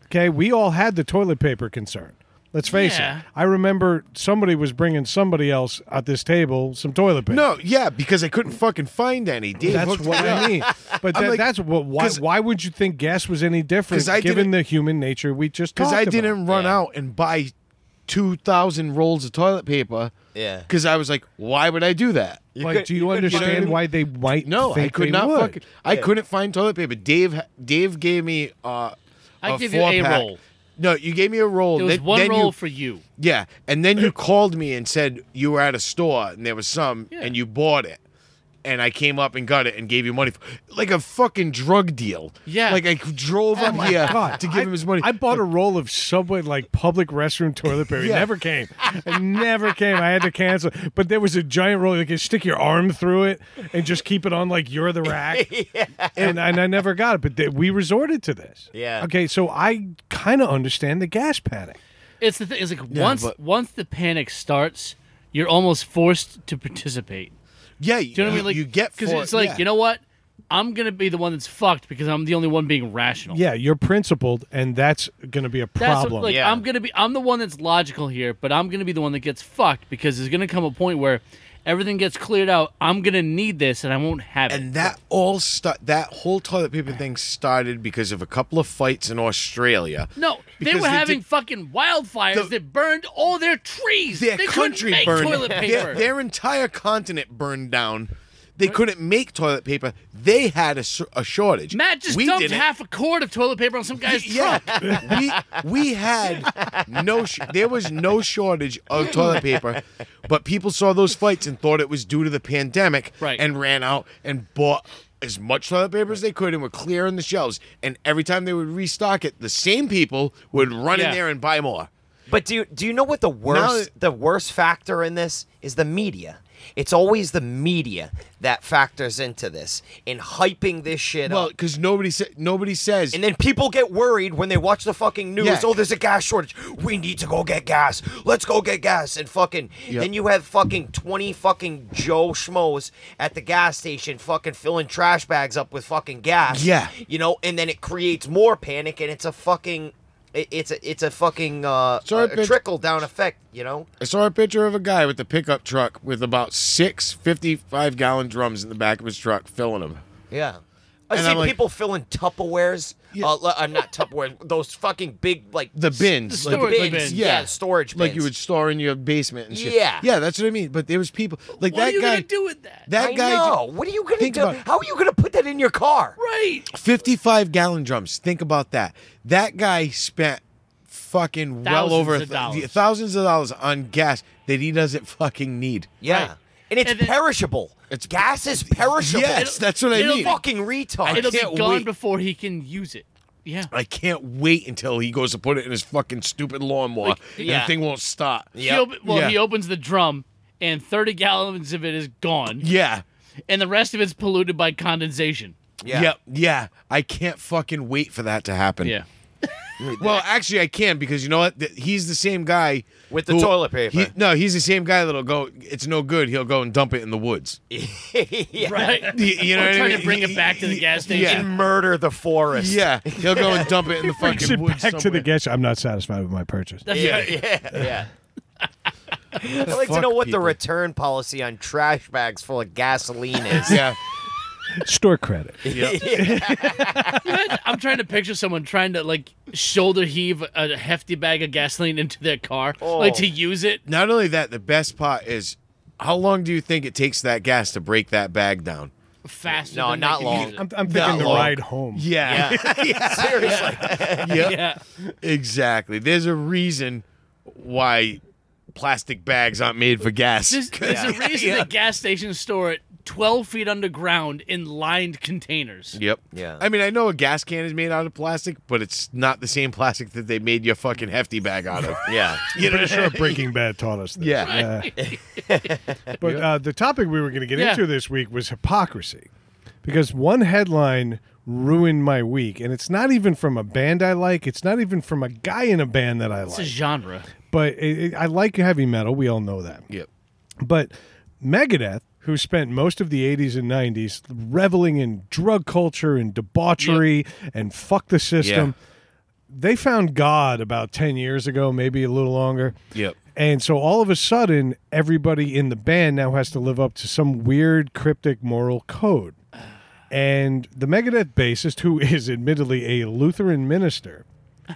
Okay, we all had the toilet paper concern. Let's face Yeah. it. I remember somebody was bringing somebody else at this table some toilet paper. no, yeah, because I couldn't fucking find any. Dave That's hooked me what I up. mean. But I'm that, like- that's what. Why? 'cause- Why would you think gas was any different? 'Cause I given didn't- the human nature we just because talked I about? didn't run Yeah. out and buy two thousand rolls of toilet paper. Yeah. because I was like, why would I do that? like, do you find understand it. why they might? No, I think could they not would? fucking. I couldn't find toilet paper. Dave, Dave gave me. Uh, I a give you a four-pack. roll. No, you gave me a roll. There was then- one then you- roll for you. Yeah, and then you called me and said you were at a store and there was some, Yeah. and you bought it, and I came up and got it and gave you money, for, like a fucking drug deal. Yeah. like I drove Oh up my here God. to give I, him his money. I bought a roll of Subway like public restroom toilet paper. Yeah. It never came. It never came. I had to cancel. But there was a giant roll. You could stick your arm through it and just keep it on like you're the rack. and, and I never got it. But they, we resorted to this. Yeah. Okay. So I kind of understand the gas panic. It's the thing. It's like once but- once the panic starts, you're almost forced to participate. yeah, Do you know what I mean? Like you get because for- it's like yeah. you know what? I'm gonna be the one that's fucked because I'm the only one being rational. Yeah. You're principled, and that's going to be a That's problem. What, like Yeah. I'm gonna be I'm the one that's logical here, but I'm gonna be the one that gets fucked because there's gonna come a point where everything gets cleared out. I'm gonna need this and I won't have it. And that all stu- that whole toilet paper thing started because of a couple of fights in Australia. no, they because were they having did- fucking wildfires The- that burned all their trees. Their they country couldn't make burned. toilet paper. Their, their entire continent burned down. They couldn't make toilet paper. They had a, s- a shortage. Matt just we dumped didn't. half a quart of toilet paper on some guy's yeah, truck. we we had no. Sh- there was no shortage of toilet paper, but people saw those fights and thought it was due to the pandemic, Right. And ran out and bought as much toilet paper as they could and were clearing the shelves. And every time they would restock it, the same people would run in Yeah. there and buy more. But do you, do you know what the worst the worst factor in this is? The media. It's always the media that factors into this in hyping this shit Well, up. because nobody sa- nobody says And then people get worried when they watch the fucking news. Yeah. Oh, there's a gas shortage. We need to go get gas. Let's go get gas. And fucking then you have fucking twenty fucking Joe schmoes at the gas station fucking filling trash bags up with fucking gas. Yeah. You know, and then it creates more panic and it's a fucking it- it's a it's a fucking uh, Sorry, bitch. trickle down effect, you know? I saw a picture of a guy with a pickup truck with about six 55 gallon drums in the back of his truck filling them. Yeah. I've And seen I'm like- people filling Tupperwares. Uh, li- uh, not Tupperwares. Those fucking big, like, The s- bins, the like, storage bins. bins. Yeah. Yeah. storage bins. like you would store in your basement and shit. Yeah. yeah, that's what I mean. But there was people like what that are you guy. gonna do with that? that I guy, know. What are you gonna Think do? about- How are you gonna put that in your car? right. fifty-five gallon drums. Think about that. That guy spent fucking well Thousands over a of dollars. thousands of dollars on gas that he doesn't fucking need. Yeah, Right. and it's And then- perishable. It's- gas is perishable. Yes, that's what I it'll- mean. fucking retard. It'll be can't gone wait. before he can use it. Yeah. I can't wait until he goes to put it in his fucking stupid lawnmower Like, and yeah. the thing won't stop. He Yep. op- well, Yeah. he opens the drum, and 30 gallons of it is gone, Yeah. and the rest of it's polluted by condensation. Yeah. yeah. I can't fucking wait for that to happen. Yeah. Well, actually, I can because you know what? Th- He's the same guy With the toilet paper. he- no, he's the same guy that'll go. It's no good. He'll go and dump it in the woods. yeah. Right. You, you know Or what I trying mean? to bring it back to the gas station. Yeah. And murder the forest. Yeah, he'll go and dump it in the Brings fucking it woods back to the somewhere. guest. I'm not satisfied with my purchase. Yeah. Yeah. yeah. I'd like to Fuck know what people. the return policy on trash bags full of gasoline is. Yeah, Store credit. I'm trying to picture someone trying to like shoulder heave a hefty bag of gasoline into their car, Oh. like to use it. not only that, the best part is how long do you think it takes that gas to break that bag down? faster. No, than not they can long. use it. I'm, I'm thinking the long. ride home. Yeah, Yeah. Seriously. yeah, exactly. There's a reason why plastic bags aren't made for gas. there's, there's a reason that gas stations store it 12 feet underground in lined containers. Yep. Yeah. I mean, I know a gas can is made out of plastic, but it's not the same plastic that they made your fucking hefty bag out of. Yeah. You know, Sure, Breaking Bad taught us this. Yeah. Uh, but uh, the topic we were going to get Yeah. into this week was hypocrisy, because one headline ruined my week, and it's not even from a band I like. It's not even from a guy in a band that I It's a like. genre. But it, it- I like heavy metal. We all know that. Yep. But Megadeth, who spent most of the 80s and 90s reveling in drug culture and debauchery and fuck the system, they found God about 10 years ago, maybe a little longer. Yep. And so all of a sudden, everybody in the band now has to live up to some weird cryptic moral code. And the Megadeth bassist, who is admittedly a Lutheran minister,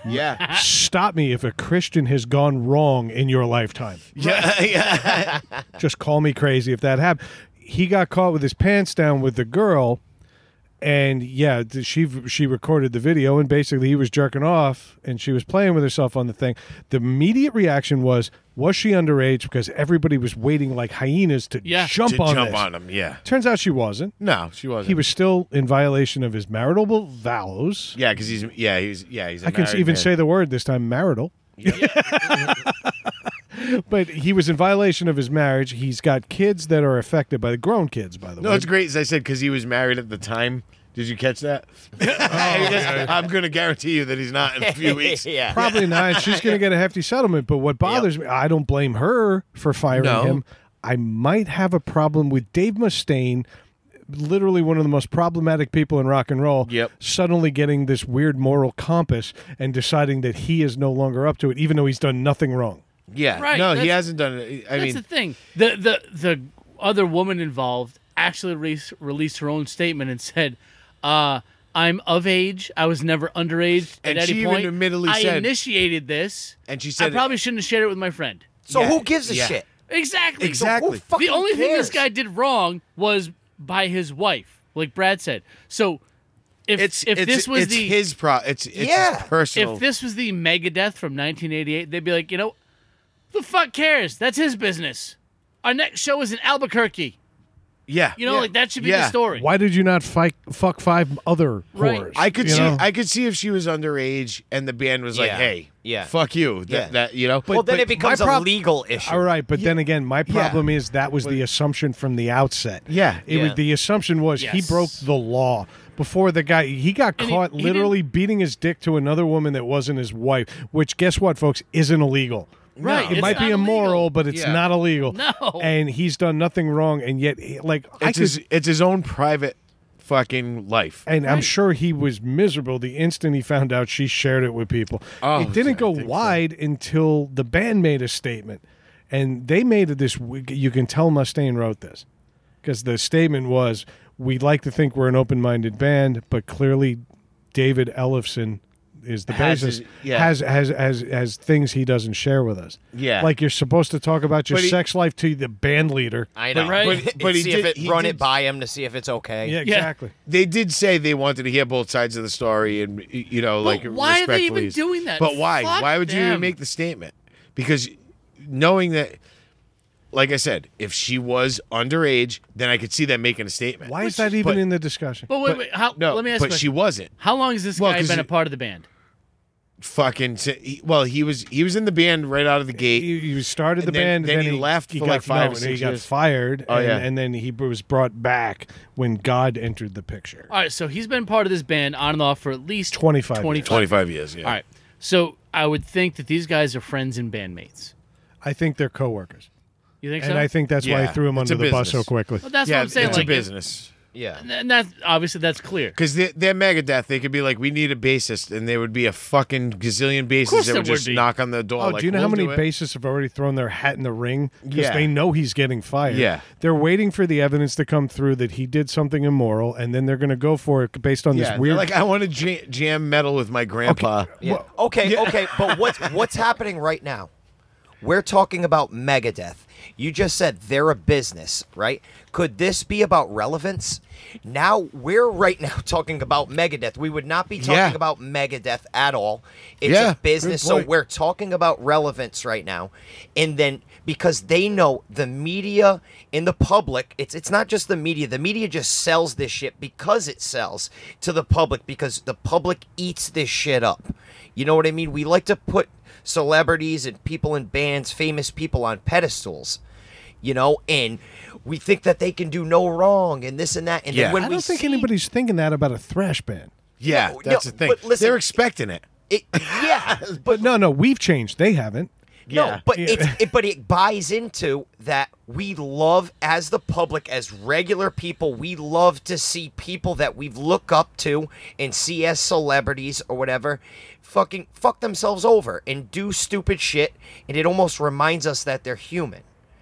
Yeah. stop me if a Christian has gone wrong in your lifetime yeah. Yeah. just call me crazy if that happened. He got caught with his pants down with the girl, and yeah, th- she she recorded the video, and basically he was jerking off, and she was playing with herself on the thing. The immediate reaction was, was she underage? Because everybody was waiting like hyenas to Yeah. jump To on jump this. on him. Yeah. Turns out she wasn't. No, she wasn't. He was still in violation of his marital vows. Yeah, because he's. Yeah, he's. Yeah, he's. I I can even say the word this time, marital. but he was in violation of his marriage. He's got kids that are affected by the grown kids, by the No, way. it's great as I said because he was married at the time. Did you catch that? Oh, He just- I'm going to guarantee you that he's not in a few weeks. yeah. Probably not. She's going to get a hefty settlement. But what bothers me, I don't blame her for firing No. him. I might have a problem with Dave Mustaine, literally one of the most problematic people in rock and roll, Yep. suddenly getting this weird moral compass and deciding that he is no longer up to it, even though he's done nothing wrong. Yeah. Right, No, he that's- hasn't done it. I That's mean, the thing. The the the other woman involved actually re- released her own statement and said, uh, "I'm of age. I was never underage And at she any even point. admittedly I said- initiated this. And she I said- probably shouldn't have shared it with my friend. So Yeah. who gives a Yeah. shit? Exactly. Exactly. So who the only fucking thing this cares? guy did wrong was by his wife, like Brad said. So if it's if it's- this was it's the his pro. It's it's Yeah. his personal. if this was the Megadeth from 1988, they'd be like, you know, the fuck cares? That's his business. Our next show is in Albuquerque. yeah. You know, Yeah. like that should be Yeah. the story. Why did you not fight, fuck five other Right. whores? I could you see know? I could see if she was underage and the band was like, Yeah. "Hey, Yeah. fuck you." That, Yeah. that you know. well, then But- it becomes prob- a legal issue. All right, but then again, my problem is that was the assumption from the outset. Yeah. it Yeah. was the assumption was he Yes. broke the law before the guy he got And he- caught he literally beating his dick to another woman that wasn't his wife. Which guess what, folks, isn't illegal. Right, it it's might be not immoral, illegal. but it's Yeah. not illegal. No. and he's done nothing wrong, and yet, he- like, I it's could his it's his own private fucking life. and I'm sure he was miserable the instant he found out she shared it with people. Oh, it didn't I go think so. wide until the band made a statement, and they made it this. You can tell Mustaine wrote this because the statement was, "We like to think we're an open-minded band, but clearly, David Ellefson." Is the Has basis his- yeah. has has has has things he doesn't share with us. Yeah. like you're supposed to talk about your But he- sex life to the band leader. I But know. right- but- but he see did- if it, he run did- it by him to see if it's okay. Yeah, Yeah. exactly. they did say they wanted to hear both sides of the story, and you know, like why are they even respectfully- doing that? But why? Fuck why would you even them. make the statement? Because knowing that, like I said, if she was underage, then I could see them making a statement. Why is that even but- in the discussion? But wait, wait. How, No, let me ask but you. a she question. wasn't. how long has this Well, guy 'cause been a it- part of the band? fucking. si- he- Well, he was he was in the band right out of the gate. He, he started the And then- band, then and he left for like five or and he six got years. fired. Oh, and, yeah. and then he was brought back when God entered the picture. All right, so he's been part of this band on and off for at least 25 25. Twenty-five years. Yeah. All right. So I would think that these guys are friends and bandmates. I think they're coworkers, You think and so? I think that's why I Yeah, threw him it's under a the bus so business. quickly. Well, that's yeah, what I'm saying. it's like, a business. Yeah. And that's obviously that's clear. Because they're, they're Megadeth, they could be like, "We need a bassist," and there would be a fucking gazillion course bassists that there would just would be. knock on the door. Oh, like, do you know how "We'll many do it." bassists have already thrown their hat in the ring because Yeah. they know he's getting fired? Yeah. they're waiting for the evidence to come through that he did something immoral, and then they're going to go for it based on Yeah, this they're weird. like I want to jam, jam metal with my grandpa. Yeah. Okay, okay, but what's what's happening right now? We're talking about Megadeth. You just said they're a business, right? Could this be about relevance? Now we're right now talking about Megadeth. We would not be talking Yeah. about Megadeth at all. It's Yeah, a business, good so point. we're talking about relevance right now. And then because they know the media and the public, it's it's not just the media. The media just sells this shit because it sells to the public because the public eats this shit up. You know what I mean? We like to put celebrities and people in bands, famous people on pedestals. You know, and we think that they can do no wrong and this and that. And Yeah. then when I we don't think see- anybody's thinking that about a thrash band. Yeah, No, that's no, the thing. but listen- they're expecting it. it, yeah, But no, no, we've changed. They haven't. Yeah. No, but it's, it but it buys into that we love as the public as regular people, we love to see people that we've look up to and see as celebrities or whatever fucking fuck themselves over and do stupid shit and it almost reminds us that they're human.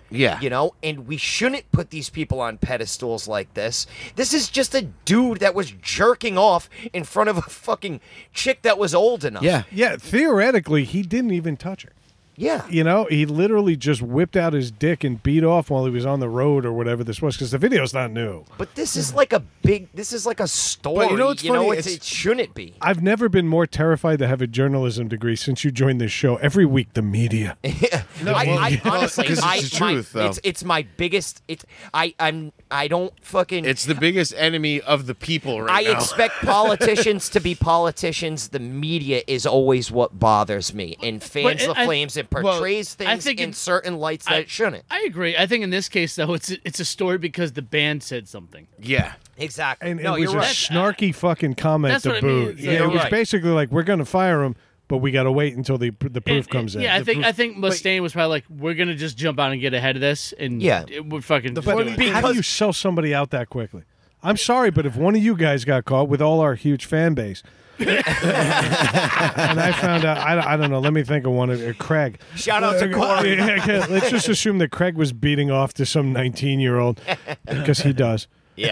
Yeah, You know, and we shouldn't put these people on pedestals like this. This is just a dude that was jerking off in front of a fucking chick that was old enough. yeah. Yeah, theoretically, he didn't even touch her. Yeah. You know, he literally just whipped out his dick and beat off while he was on the road or whatever this was because the video's not new. But this is like a big. This is like a story. you know what's funny? It's- it shouldn't be. I've never been more terrified to have a journalism degree since you joined this show. Every week, the media. I, well, I well, honestly, 'cause it's I, the my- truth, though. it's it's my biggest. It's I I'm I don't fucking. It's the biggest enemy of the people I right now. expect politicians to be politicians. The media is always what bothers me, and fans it- the I- flames and well, portrays I things think in it- certain lights that I- it shouldn't. I agree. I think in this case though, it's it's a story because the band said something. yeah, Exactly. And no, it was you're a right. snarky fucking comment That's to what I mean. boot. It's Yeah, like- it You're was right. basically like, we're going to fire him, but we got to wait until the, the proof And- comes in. Yeah, I The think proof- I think Mustaine was probably like, "We're gonna just jump out and get ahead of this," and Yeah. it- we're fucking. just But do it. how do you sell somebody out that quickly? I'm sorry, but if one of you guys got caught with all our huge fan base, and I found out, I, I don't know. Let me think of one. Uh, Craig. Shout out to Corey. Let's just assume that Craig was beating off to some 19 year old because he does. Uh, Um,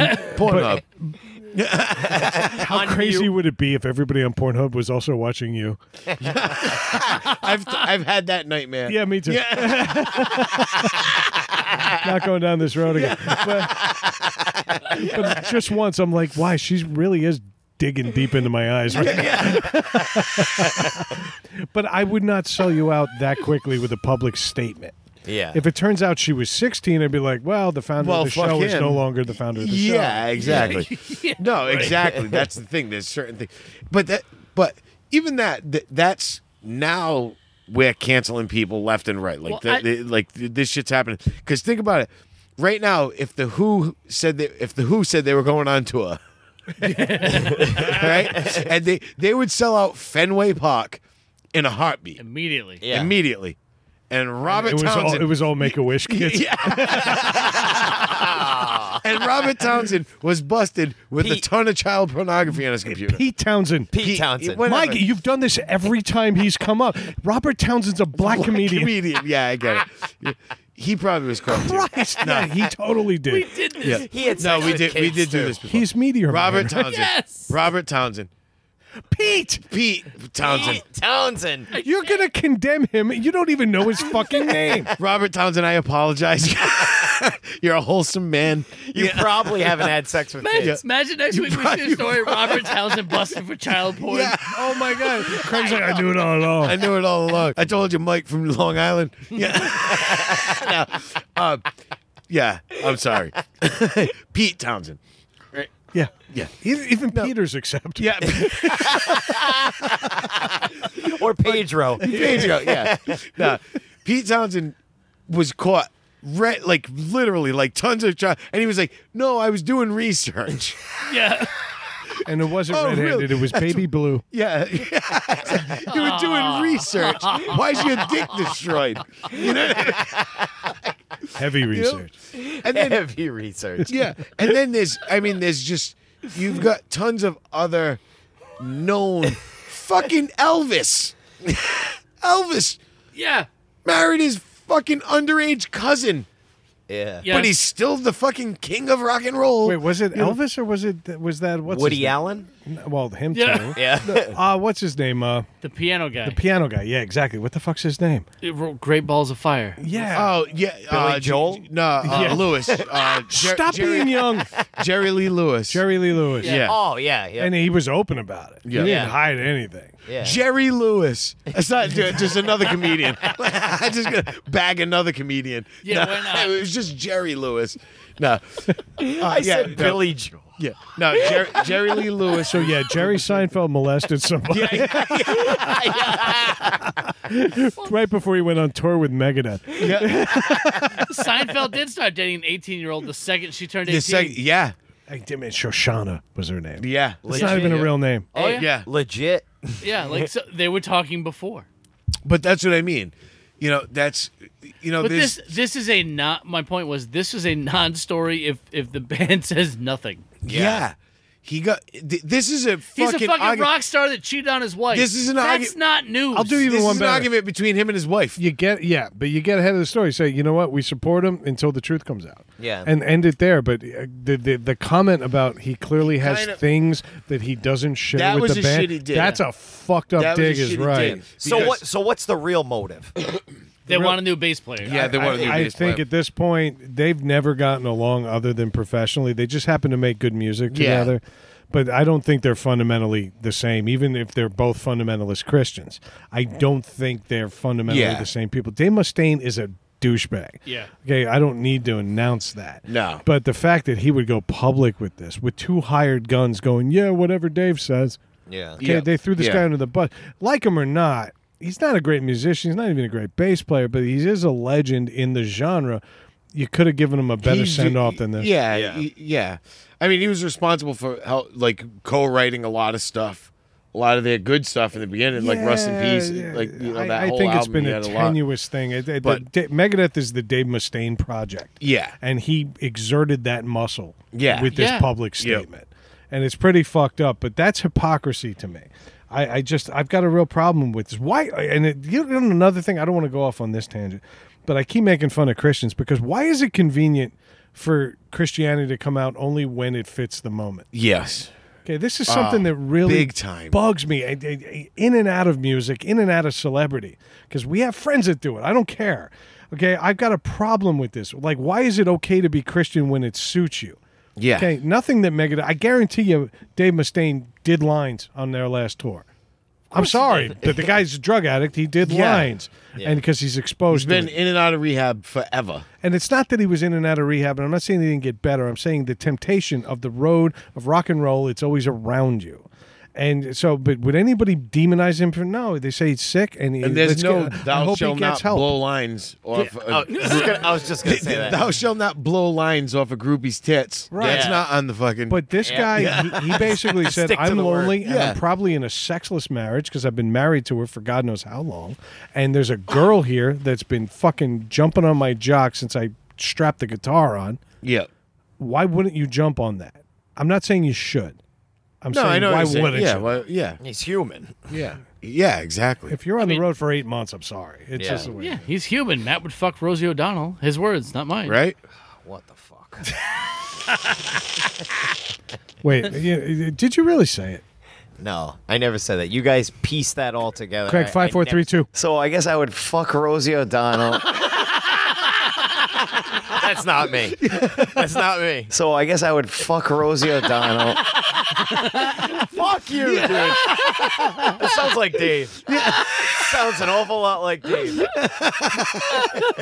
Yeah. Pornhub. How crazy would it be if everybody on Pornhub was also watching you? I've I've had that nightmare. Yeah, me too. Not going down this road again. But, but just once, I'm like, why? She really is digging deep into my eyes. Right now. but I would not sell you out that quickly with a public statement. yeah. If it turns out she was 16, I'd be like, well, the founder Well, of the fuck show is him. no longer the founder of the show. yeah, exactly. no, exactly. That's the thing. There's certain things, but that, but even that, th- that's now we're canceling people left and right. Like, Well, the, I- the- like th- this shit's happening. Because think about it. Right now, if the Who said that, if the Who said they were going on tour, right, and they they would sell out Fenway Park in a heartbeat immediately. Yeah. immediately, and Robert It was, all, Townsend it was all make a wish kids. and Robert Townsend was busted with a Pete- ton of child pornography on his computer. Pete Townsend. Pete, Pete- Townsend. what- Mike, you've done this every time he's come up. Robert Townsend's a black, comedian. Yeah, I get it. He probably was caught. too. Christ, yeah, he totally did. Yeah. He had No, sex we with did. We kids, did do too. this before. He's meteor. Robert Man. Townsend. Yes! Robert Townsend. Pete, Pete Townsend. Pete Townsend. you're gonna condemn him. You don't even know his fucking name. Robert Townsend. I apologize. You're a wholesome man. You probably haven't had sex with Imagine, kids. imagine next week we see a story of Robert Townsend busted for child porn. Oh my god, Craig's like I knew it all along. I knew it all along. I told you, Mike from Long Island. Yeah. no, uh, yeah. I'm sorry, Pete Townsend. Yeah. Yeah. Even, even Peter's acceptable. Yeah, or Pedro. Pedro. Yeah, no, Pete Townsend was caught. Re- like literally, like tons of child, and he was like, "No, I was doing research." Yeah. And it wasn't Oh, red handed, really? it was baby blue. Yeah. you were doing research. Why's your dick destroyed? You know? Heavy research. And then Heavy research. yeah. And then there's I mean, there's just you've got tons of other known fucking Elvis. Elvis Yeah. married his fucking underage cousin, Yeah. Yeah. but he's still the fucking king of rock and roll. Wait, was it Elvis or was it was that what's his Woody name? Allen. Well, him Yeah. too. Yeah. Uh, what's his name? Uh, The piano guy. piano guy. Yeah, exactly. What the fuck's his name? It wrote Great Balls of Fire. Yeah. Oh yeah, uh, Joel? No, uh, Yeah. Lewis. Uh, Jer- Stop Jerry, being young, Jerry Lee Lewis. Jerry Lee Lewis. Yeah. Oh yeah. Yeah. and he was open about it. Yeah. He Yeah. didn't hide anything. yeah. Jerry Lewis. That's not just another comedian. I just gonna bag another comedian. Yeah, no, why not? It was just Jerry Lewis. No, Uh, I yeah, said no, Billy Joel. Yeah, no, Jer- Jerry Lee Lewis. So yeah, Jerry Seinfeld molested somebody right before he went on tour with Megadeth. yeah, Seinfeld did start dating an 18 year old the second she turned 18. the sec- yeah, I didn't mean Shoshana was her name. yeah, It's not even a real name. Oh, yeah. yeah. yeah. Legit. Yeah, like so they were talking before. But that's what I mean. You know, that's you know But this. this this is a not my point was this is a non story if if the band says nothing. yeah. he got. Th- this is a He's fucking. a fucking argu- rock star that cheated on his wife. This is an That's argu- not news. I'll do This Even is one an better. argument between him and his wife. You get yeah, but you get ahead of the story. Say you know what? We support him until the truth comes out. Yeah. and end it there. But uh, the the, the comment about he clearly has kinda- things that he doesn't share That with was the a band. shit he did. That's a fucked up That was a dig, shit is he right. did. So Because- what? So what's the real motive? they want a new bass player. Yeah, they wanted to I be his think wife. at this point they've never gotten along other than professionally. They just happen to make good music Yeah. together. But I don't think they're fundamentally the same, even if they're both fundamentalist Christians. I don't think they're fundamentally Yeah. the same people. Dave Mustaine is a douchebag. Yeah. Okay, I don't need to announce that. No. But the fact that he would go public with this, with two hired guns going, yeah, whatever Dave says. Yeah. Okay, Yeah. they threw this Yeah. guy under the bus. Like him or not, he's not a great musician. He's not even a great bass player, but he is a legend in the genre. You could have given him a better He's- send off than this. Yeah, Yeah. yeah, yeah. I mean, he was responsible for how, like co-writing a lot of stuff, a lot of their good stuff in the beginning, like Rust in Yeah, Peace, yeah. like you know I- that I, whole think album. it's been he a had a lot. tenuous thing. It- it- But- the- Megadeth is the Dave Mustaine project. Yeah. and he exerted that muscle. Yeah. with this Yeah. public Yep. statement, and it's pretty fucked up. But that's hypocrisy to me. I, I just I've got a real problem with this. Why? And it, you know, another thing I don't want to go off on this tangent, but I keep making fun of Christians because why is it convenient for Christianity to come out only when it fits the moment? Yes. Okay, this is something that really Ah, big time. bugs me I- I- in and out of music, in and out of celebrity, because we have friends that do it. I don't care. Okay, I've got a problem with this. Like, why is it okay to be Christian when it suits you? Yeah. Okay, nothing that Megadeth. I guarantee you, Dave Mustaine did lines on their last tour. I'm sorry, but the guy's a drug addict. He did Yeah. lines, and because he's exposed. He's to been it. in and out of rehab forever. And it's not that he was in and out of rehab, and I'm not saying he didn't get better. I'm saying the temptation of the road of rock and roll, it's always around you. And so, but would anybody demonize him for no? They say he's sick, and, he, And there's let's no get- I thou hope shall he gets not help. blow lines off. I Oh, was just gonna, I was just gonna say that. Thou shall not blow lines off a groupie's tits. Right. That's Yeah. not on the fucking. But this guy, he, he basically said, Stick to "I'm the word." lonely, and Yeah. I'm probably in a sexless marriage because I've been married to her for God knows how long, and there's a girl here that's been fucking jumping on my jock since I strapped the guitar on." yeah. why wouldn't you jump on that? I'm not saying you should. I'm No, saying I know. why what you're saying. wouldn't yeah, you? well, yeah. He's human. Yeah. Yeah. Exactly. if you're on mean- the road for eight months, I'm sorry. It's Yeah. just the way. Yeah, he's human. Matt would fuck Rosie O'Donnell. His words, not mine. right. What the fuck? Wait, you- did you really say it? No, I never said that. You guys piece that all together. Craig, I- I five, four, nev- three, two. So I guess I would fuck Rosie O'Donnell. That's not me. That's not me. So I guess I would fuck Rosie O'Donnell. fuck you, dude. That sounds like Dave. sounds an awful lot like Dave.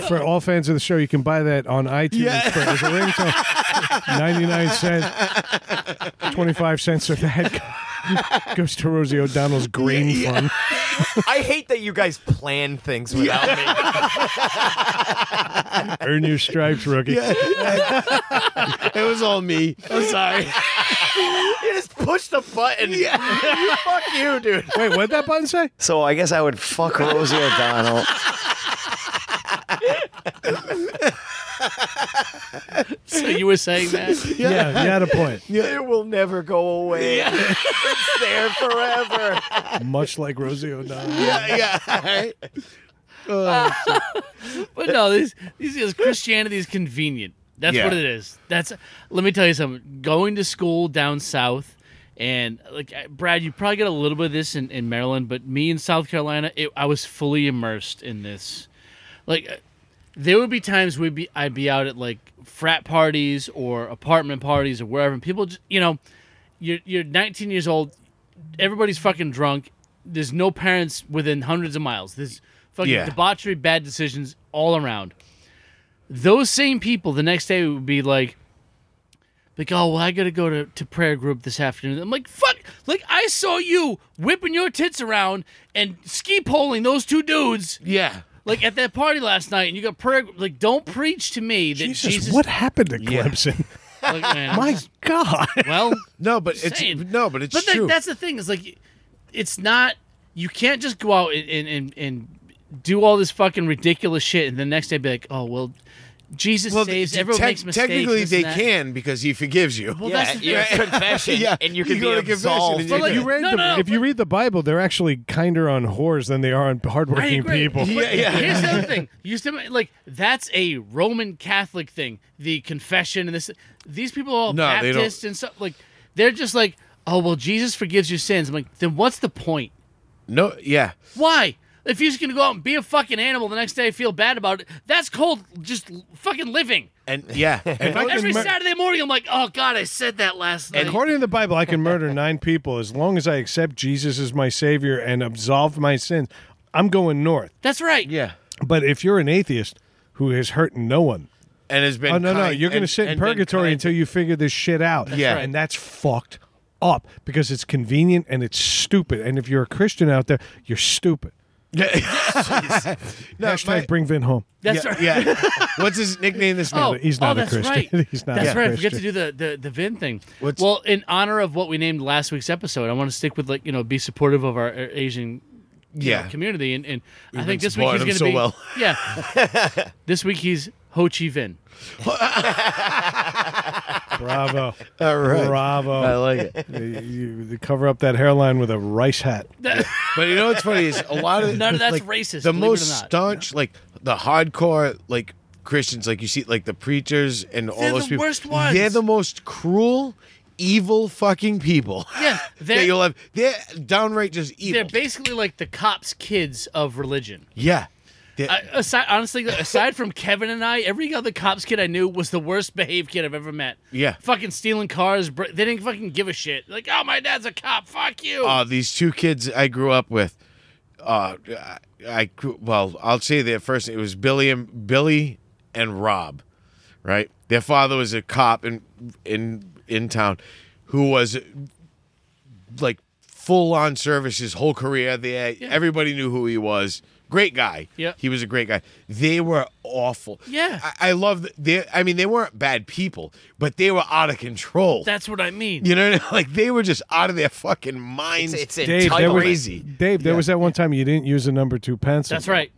For all fans of the show, you can buy that on iTunes. For, as a ringtone, 99 cents, 25 cents of that goes to Rosie O'Donnell's grain fund. I hate that you guys plan things without me. Earn your stripes, rookie. it was all me. I'm sorry. You just push the button. Fuck you, dude. Wait, what'd that button say? So I guess I would fuck Rosie O'Donnell. So you were saying that? Yeah, you had a point. It will never go away. it's there forever. Much like Rosie O'Donnell. Yeah, yeah. But no, these these is Christianity is convenient. That's Yeah. what it is. That's let me tell you something. Going to school down south, and like I- Brad, you probably get a little bit of this in, in Maryland, but me in South Carolina, it, I was fully immersed in this. Like uh, there would be times we'd be I'd be out at like frat parties or apartment parties or wherever, and people just you know, you're you're 19 years old, everybody's fucking drunk. There's no parents within hundreds of miles. There's fucking Yeah. debauchery, bad decisions all around. Those same people the next day would be like, like, oh well, I gotta go to, to prayer group this afternoon. I'm like, fuck, like I saw you whipping your tits around and ski poling those two dudes Yeah. like at that party last night, and you got prayer. Like, don't preach to me that Jesus, Jesus. what happened to Clemson? Like, man, My God. well, No, but Just it's saying. no, but it's but true. like, that's the thing is like, it's not. You can't just go out and, and and and do all this fucking ridiculous shit, and the next day be like, oh well, Jesus saves. te- everyone te- makes mistakes. Technically, this they and that. can because he forgives you. Well, yeah, that's the you thing. confession, Yeah, and you you can go be to confession absolved. and But, like, If you read No, the, no, if you read the Bible, they're actually kinder on whores than they are on hardworking I agree. people. But Yeah, yeah. Here's the other thing. You still like that's a Roman Catholic thing. The confession and this. These people are all No, they don't. Baptists and stuff. Like they're just like, oh well, Jesus forgives your sins. I'm like, then what's the point? No, yeah, Why? If you're just gonna go out and be a fucking animal the next day, feel bad about it. That's called just l- fucking living. and yeah, and Fucking Every mur- Saturday morning, I'm like, oh god, I said that last night. According to the Bible, I can murder nine people as long as I accept Jesus as my Savior and absolve my sins. I'm going north. that's right. yeah, But if you're an atheist who has hurt no one, and has been. oh no, no, kind you're going to and- sit in and been purgatory kind. until you figure this shit out. Yeah. right. and that's fucked up because it's convenient and it's stupid. And if you're a Christian out there, you're stupid. Yeah. no, Hashtag my- bring Vin home. That's yeah, right. yeah. What's his nickname this Oh, man? he's not oh, a that's Christian. Right. He's not That's a right. I forget to do Christian. the, the the Vin thing. What's- well, in honor of what we named last week's episode, I want to stick with like you know be supportive of our uh, Asian you know, Yeah. community, and, and I think been this week he's supporting going to him so be well. yeah. this week he's Ho Chi Vin. Bravo, All right. bravo. like it. You, you- you cover up that hairline with a rice hat. But you know what's funny is a lot of None of that's like, racist, The believe it or most not. staunch, like the hardcore, like Christians, like you see, like the preachers and all They're those the people. worst ones. They're the most cruel, evil fucking people. Yeah, that they're, you'll have. They're downright just evil. they're basically like the cops' kids of religion. yeah. They're- I, aside, honestly, aside from Kevin and I, every other cops kid I knew was the worst behaved kid I've ever met. Yeah. fucking stealing cars. br- They didn't fucking give a shit. Like, oh, my dad's a cop. Fuck you. uh, these two kids I grew up with. Uh, I, I grew- well, I'll say their first. It was Billy and Billy and Rob, right? Their father was a cop in in in town, who was like full on service his whole career. They everybody knew who he was. Great guy. Yep. he was a great guy. They were awful. Yeah. I, I love they. I mean, they weren't bad people, but they were out of control. That's what I mean. you know, what I mean? like they were just out of their fucking minds. It's, it's Dave, there entitlement. was, Crazy. Dave, there was that one time you didn't use a number two pencil. That's right.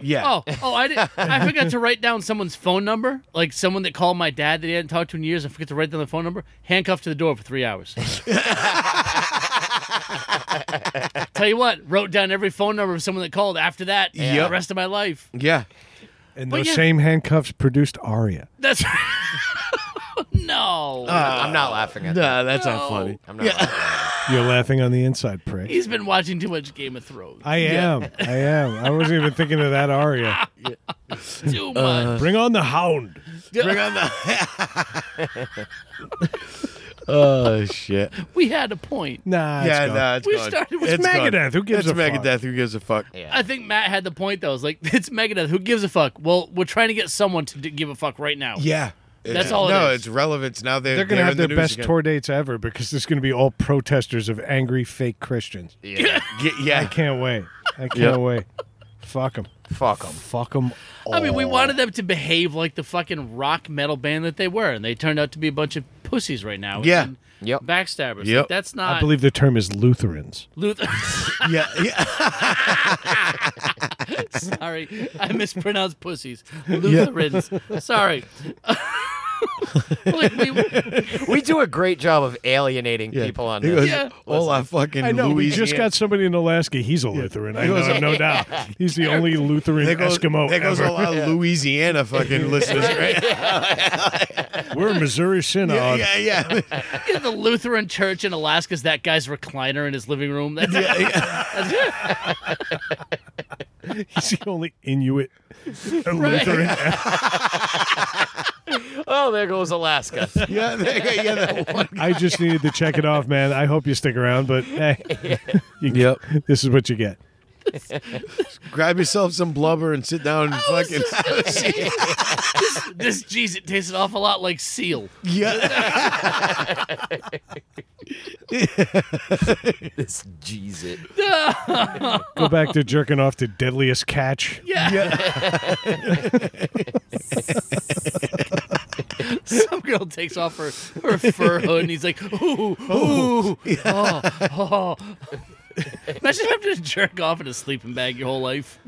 Yeah. Oh, oh, I did. I forgot to write down someone's phone number, like someone that called my dad that he hadn't talked to in years. I forget to write down the phone number. Handcuffed to the door for three hours. Tell you what, wrote down every phone number of someone that called after that the Yep. rest of my life. Yeah. And But those yeah. same handcuffs produced Aria. That's no. Uh, I'm not laughing at that. No, that's No. not funny. I'm not. Laughing at that. You're laughing on the inside, prick. He's been watching too much Game of Thrones. I am. I am. I wasn't even thinking of that Aria. too uh, much. Bring on the hound. Bring on the. Oh shit. We had a point. Nah, yeah, it's gone. nah, it's We gone. started with It's gone. Megadeth. Who gives it's a fuck? Megadeth. Who gives a fuck? Yeah. I think Matt had the point though. It's like it's Megadeth. Who gives a fuck? Well, we're trying to get someone to d- give a fuck right now. Yeah. That's all it No, is. it's relevance now. They're, They're going to have in the their news best again. tour dates ever because there's going to be all protesters of angry fake Christians. yeah. Yeah, I yeah. can't wait. I can't wait. Fuck them. Fuck them. Fuck them. I mean, we wanted them to behave like the fucking rock metal band that they were, and they turned out to be a bunch of pussies right now. Yeah. and Yep. Backstabbers. Like, Yep. that's not I believe the term is Lutherans. Luther. yeah, yeah. Sorry, I mispronounced pussies. Lutherans. Sorry. like we, We do a great job of alienating people on He this. goes, Yeah. All our fucking I know. We Louisiana. just got somebody in Alaska. He's a Lutheran. I know. goes- I've no doubt. He's the only Lutheran There goes, Eskimo there goes ever. all our Louisiana fucking listeners, right? We're Missouri Synod. Yeah, yeah. in the Lutheran church in Alaska's that guy's recliner in his living room. That's, He's the only Inuit Lutheran. Oh, there goes Alaska. Yeah, there go- yeah, that one. I just needed to check it off, man. I hope you stick around, but eh, you- Yep. this is what you get. Grab yourself some blubber and sit down and fucking. this geez, it tastes an awful lot like seal. yeah. this Jesus. Go back to jerking off to Deadliest Catch. Yeah. Some girl takes off her, her fur hood and he's like, ooh, ooh, oh, oh. Imagine having to jerk off in a sleeping bag your whole life.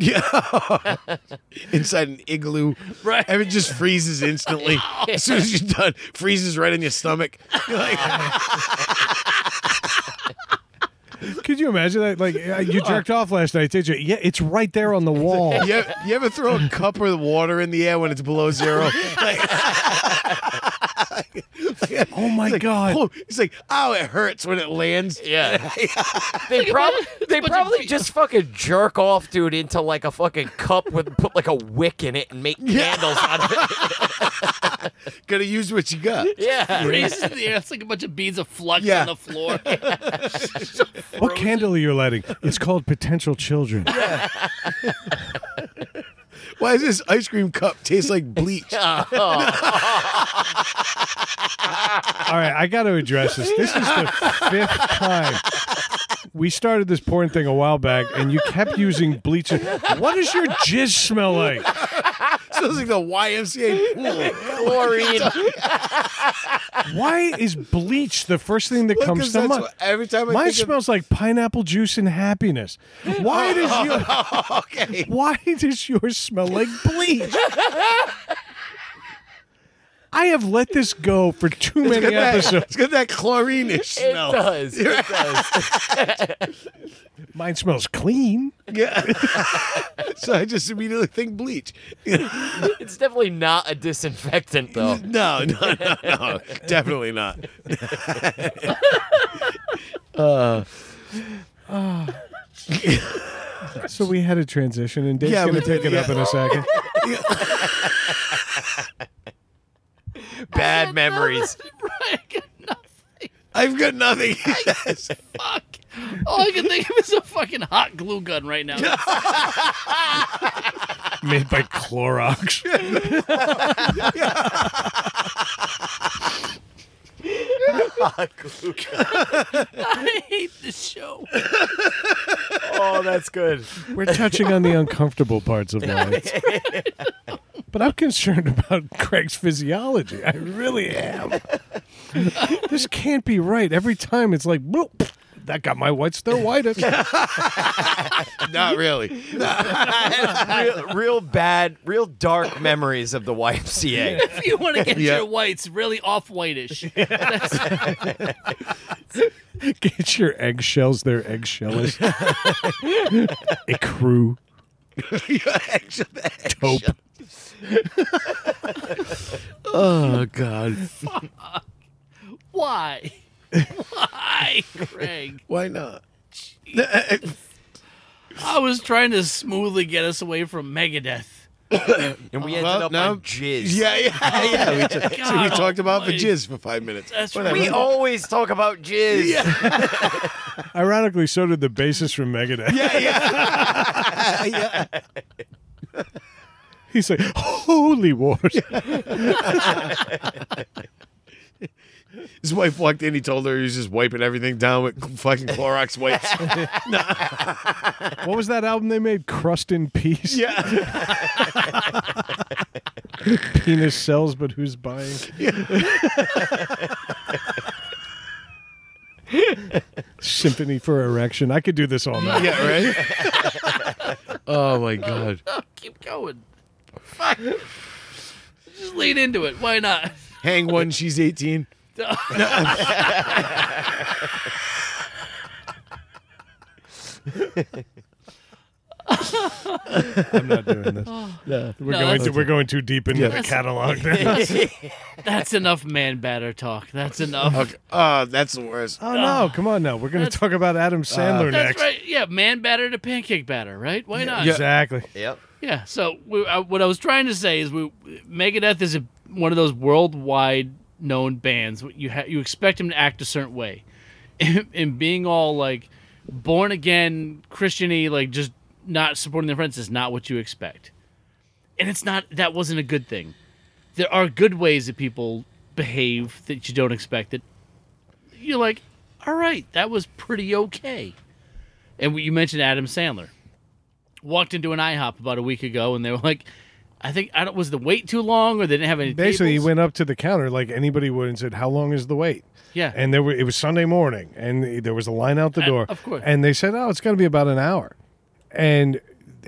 Inside an igloo. Right. And it just freezes instantly. As soon as you're done, freezes right in your stomach. You're like, Could you imagine that? Like, uh, you jerked off last night, did you? Yeah, it's right there on the wall. you, ever, you ever throw a cup of water in the air when it's below zero? Oh my God. Oh, it's like, oh, it hurts when it lands. Yeah. they probably they bunch of probably feet. just fucking jerk off, dude, into like a fucking cup with put like a wick in it and make candles out of it. Gotta use what you got. Yeah. Raises in the air. It's like a bunch of beads of flux Yeah. on the floor. What candle are you lighting? It's called Potential Children. Why does this ice cream cup taste like bleach? All right, I got to address this. This is the fifth time. We started this porn thing a while back, and you kept using bleach. What does your jizz smell like? Smells like the YMCA pool. Chlorine. Why is bleach the first thing that comes 'Cause to that's mind? what- every time I Mine think of- smells like pineapple juice and happiness. Why does your Okay. Why does yours smell like bleach? I have let this go for too many episodes. It's got that chlorine It smell. does. It does. Mine smells clean. Yeah. so I just immediately think bleach. It's definitely not a disinfectant though. No, no, no, no. Definitely not. So we had a transition, and Dave's Yeah, gonna we take did, it up in a second. Bad memories. right. Nothing. I've got nothing. Fuck. All I can think of is a fucking hot glue gun right now. Made by Clorox. I hate this show. Oh, that's good. We're touching on the uncomfortable parts of life. But I'm concerned about Craig's physiology. I really am. this can't be right. Every time it's like, "Whoop, that got my whites their whitest. not really. real, real bad, real dark memories of the YMCA. If you want to get Yeah. your whites really off whitish, Get your eggshells their eggshellish. A crew. Dope. oh God. why? Why, Craig? Why not? I was trying to smoothly get us away from Megadeth. and we ended Well, up no. on jizz. Yeah, yeah, yeah. We, ta- so we God talked about the almighty. jizz for five minutes. That's Whatever. We always talk about jizz. Ironically, so did the bassist from Megadeth. Yeah, yeah. yeah. He's like, holy wars. His wife walked in. He told her he was just wiping everything down with fucking Clorox wipes. What was that album they made? Crust in Peace? yeah. Penis sells, but who's buying? Symphony for Erection. I could do this all night. Yeah, right? oh, my God. Keep going. Fuck. Just lean into it. Why not? Hang one, she's 18. I'm not doing this. We're, Oh. No, going that's- to, we're going too deep into Yeah. the catalog now. That's enough man batter talk. That's enough. Okay. Oh, that's the worst. oh, no. Come on now. We're going to That's- talk about Adam Sandler That's next. right. Yeah, man batter to pancake batter, right? Why not? Exactly. Yep. Yeah. So we, I, what I was trying to say is, we Megadeth is a, one of those worldwide known bands. You ha, you expect them to act a certain way, and, being all like born again Christiany, like just not supporting their friends is not what you expect. And it's not that wasn't a good thing. There are good ways that people behave that you don't expect. That you're like, all right, that was pretty okay. And we- you mentioned Adam Sandler walked into an IHOP about a week ago, and they were like, "I think I don't was the wait too long, or they didn't have any." Basically, he tables? went up to the counter like anybody would and said, "How long is the wait?" Yeah. and there were, it was Sunday morning, and there was a line out the Uh, door. of course. and they said, "Oh, it's going to be about an hour," and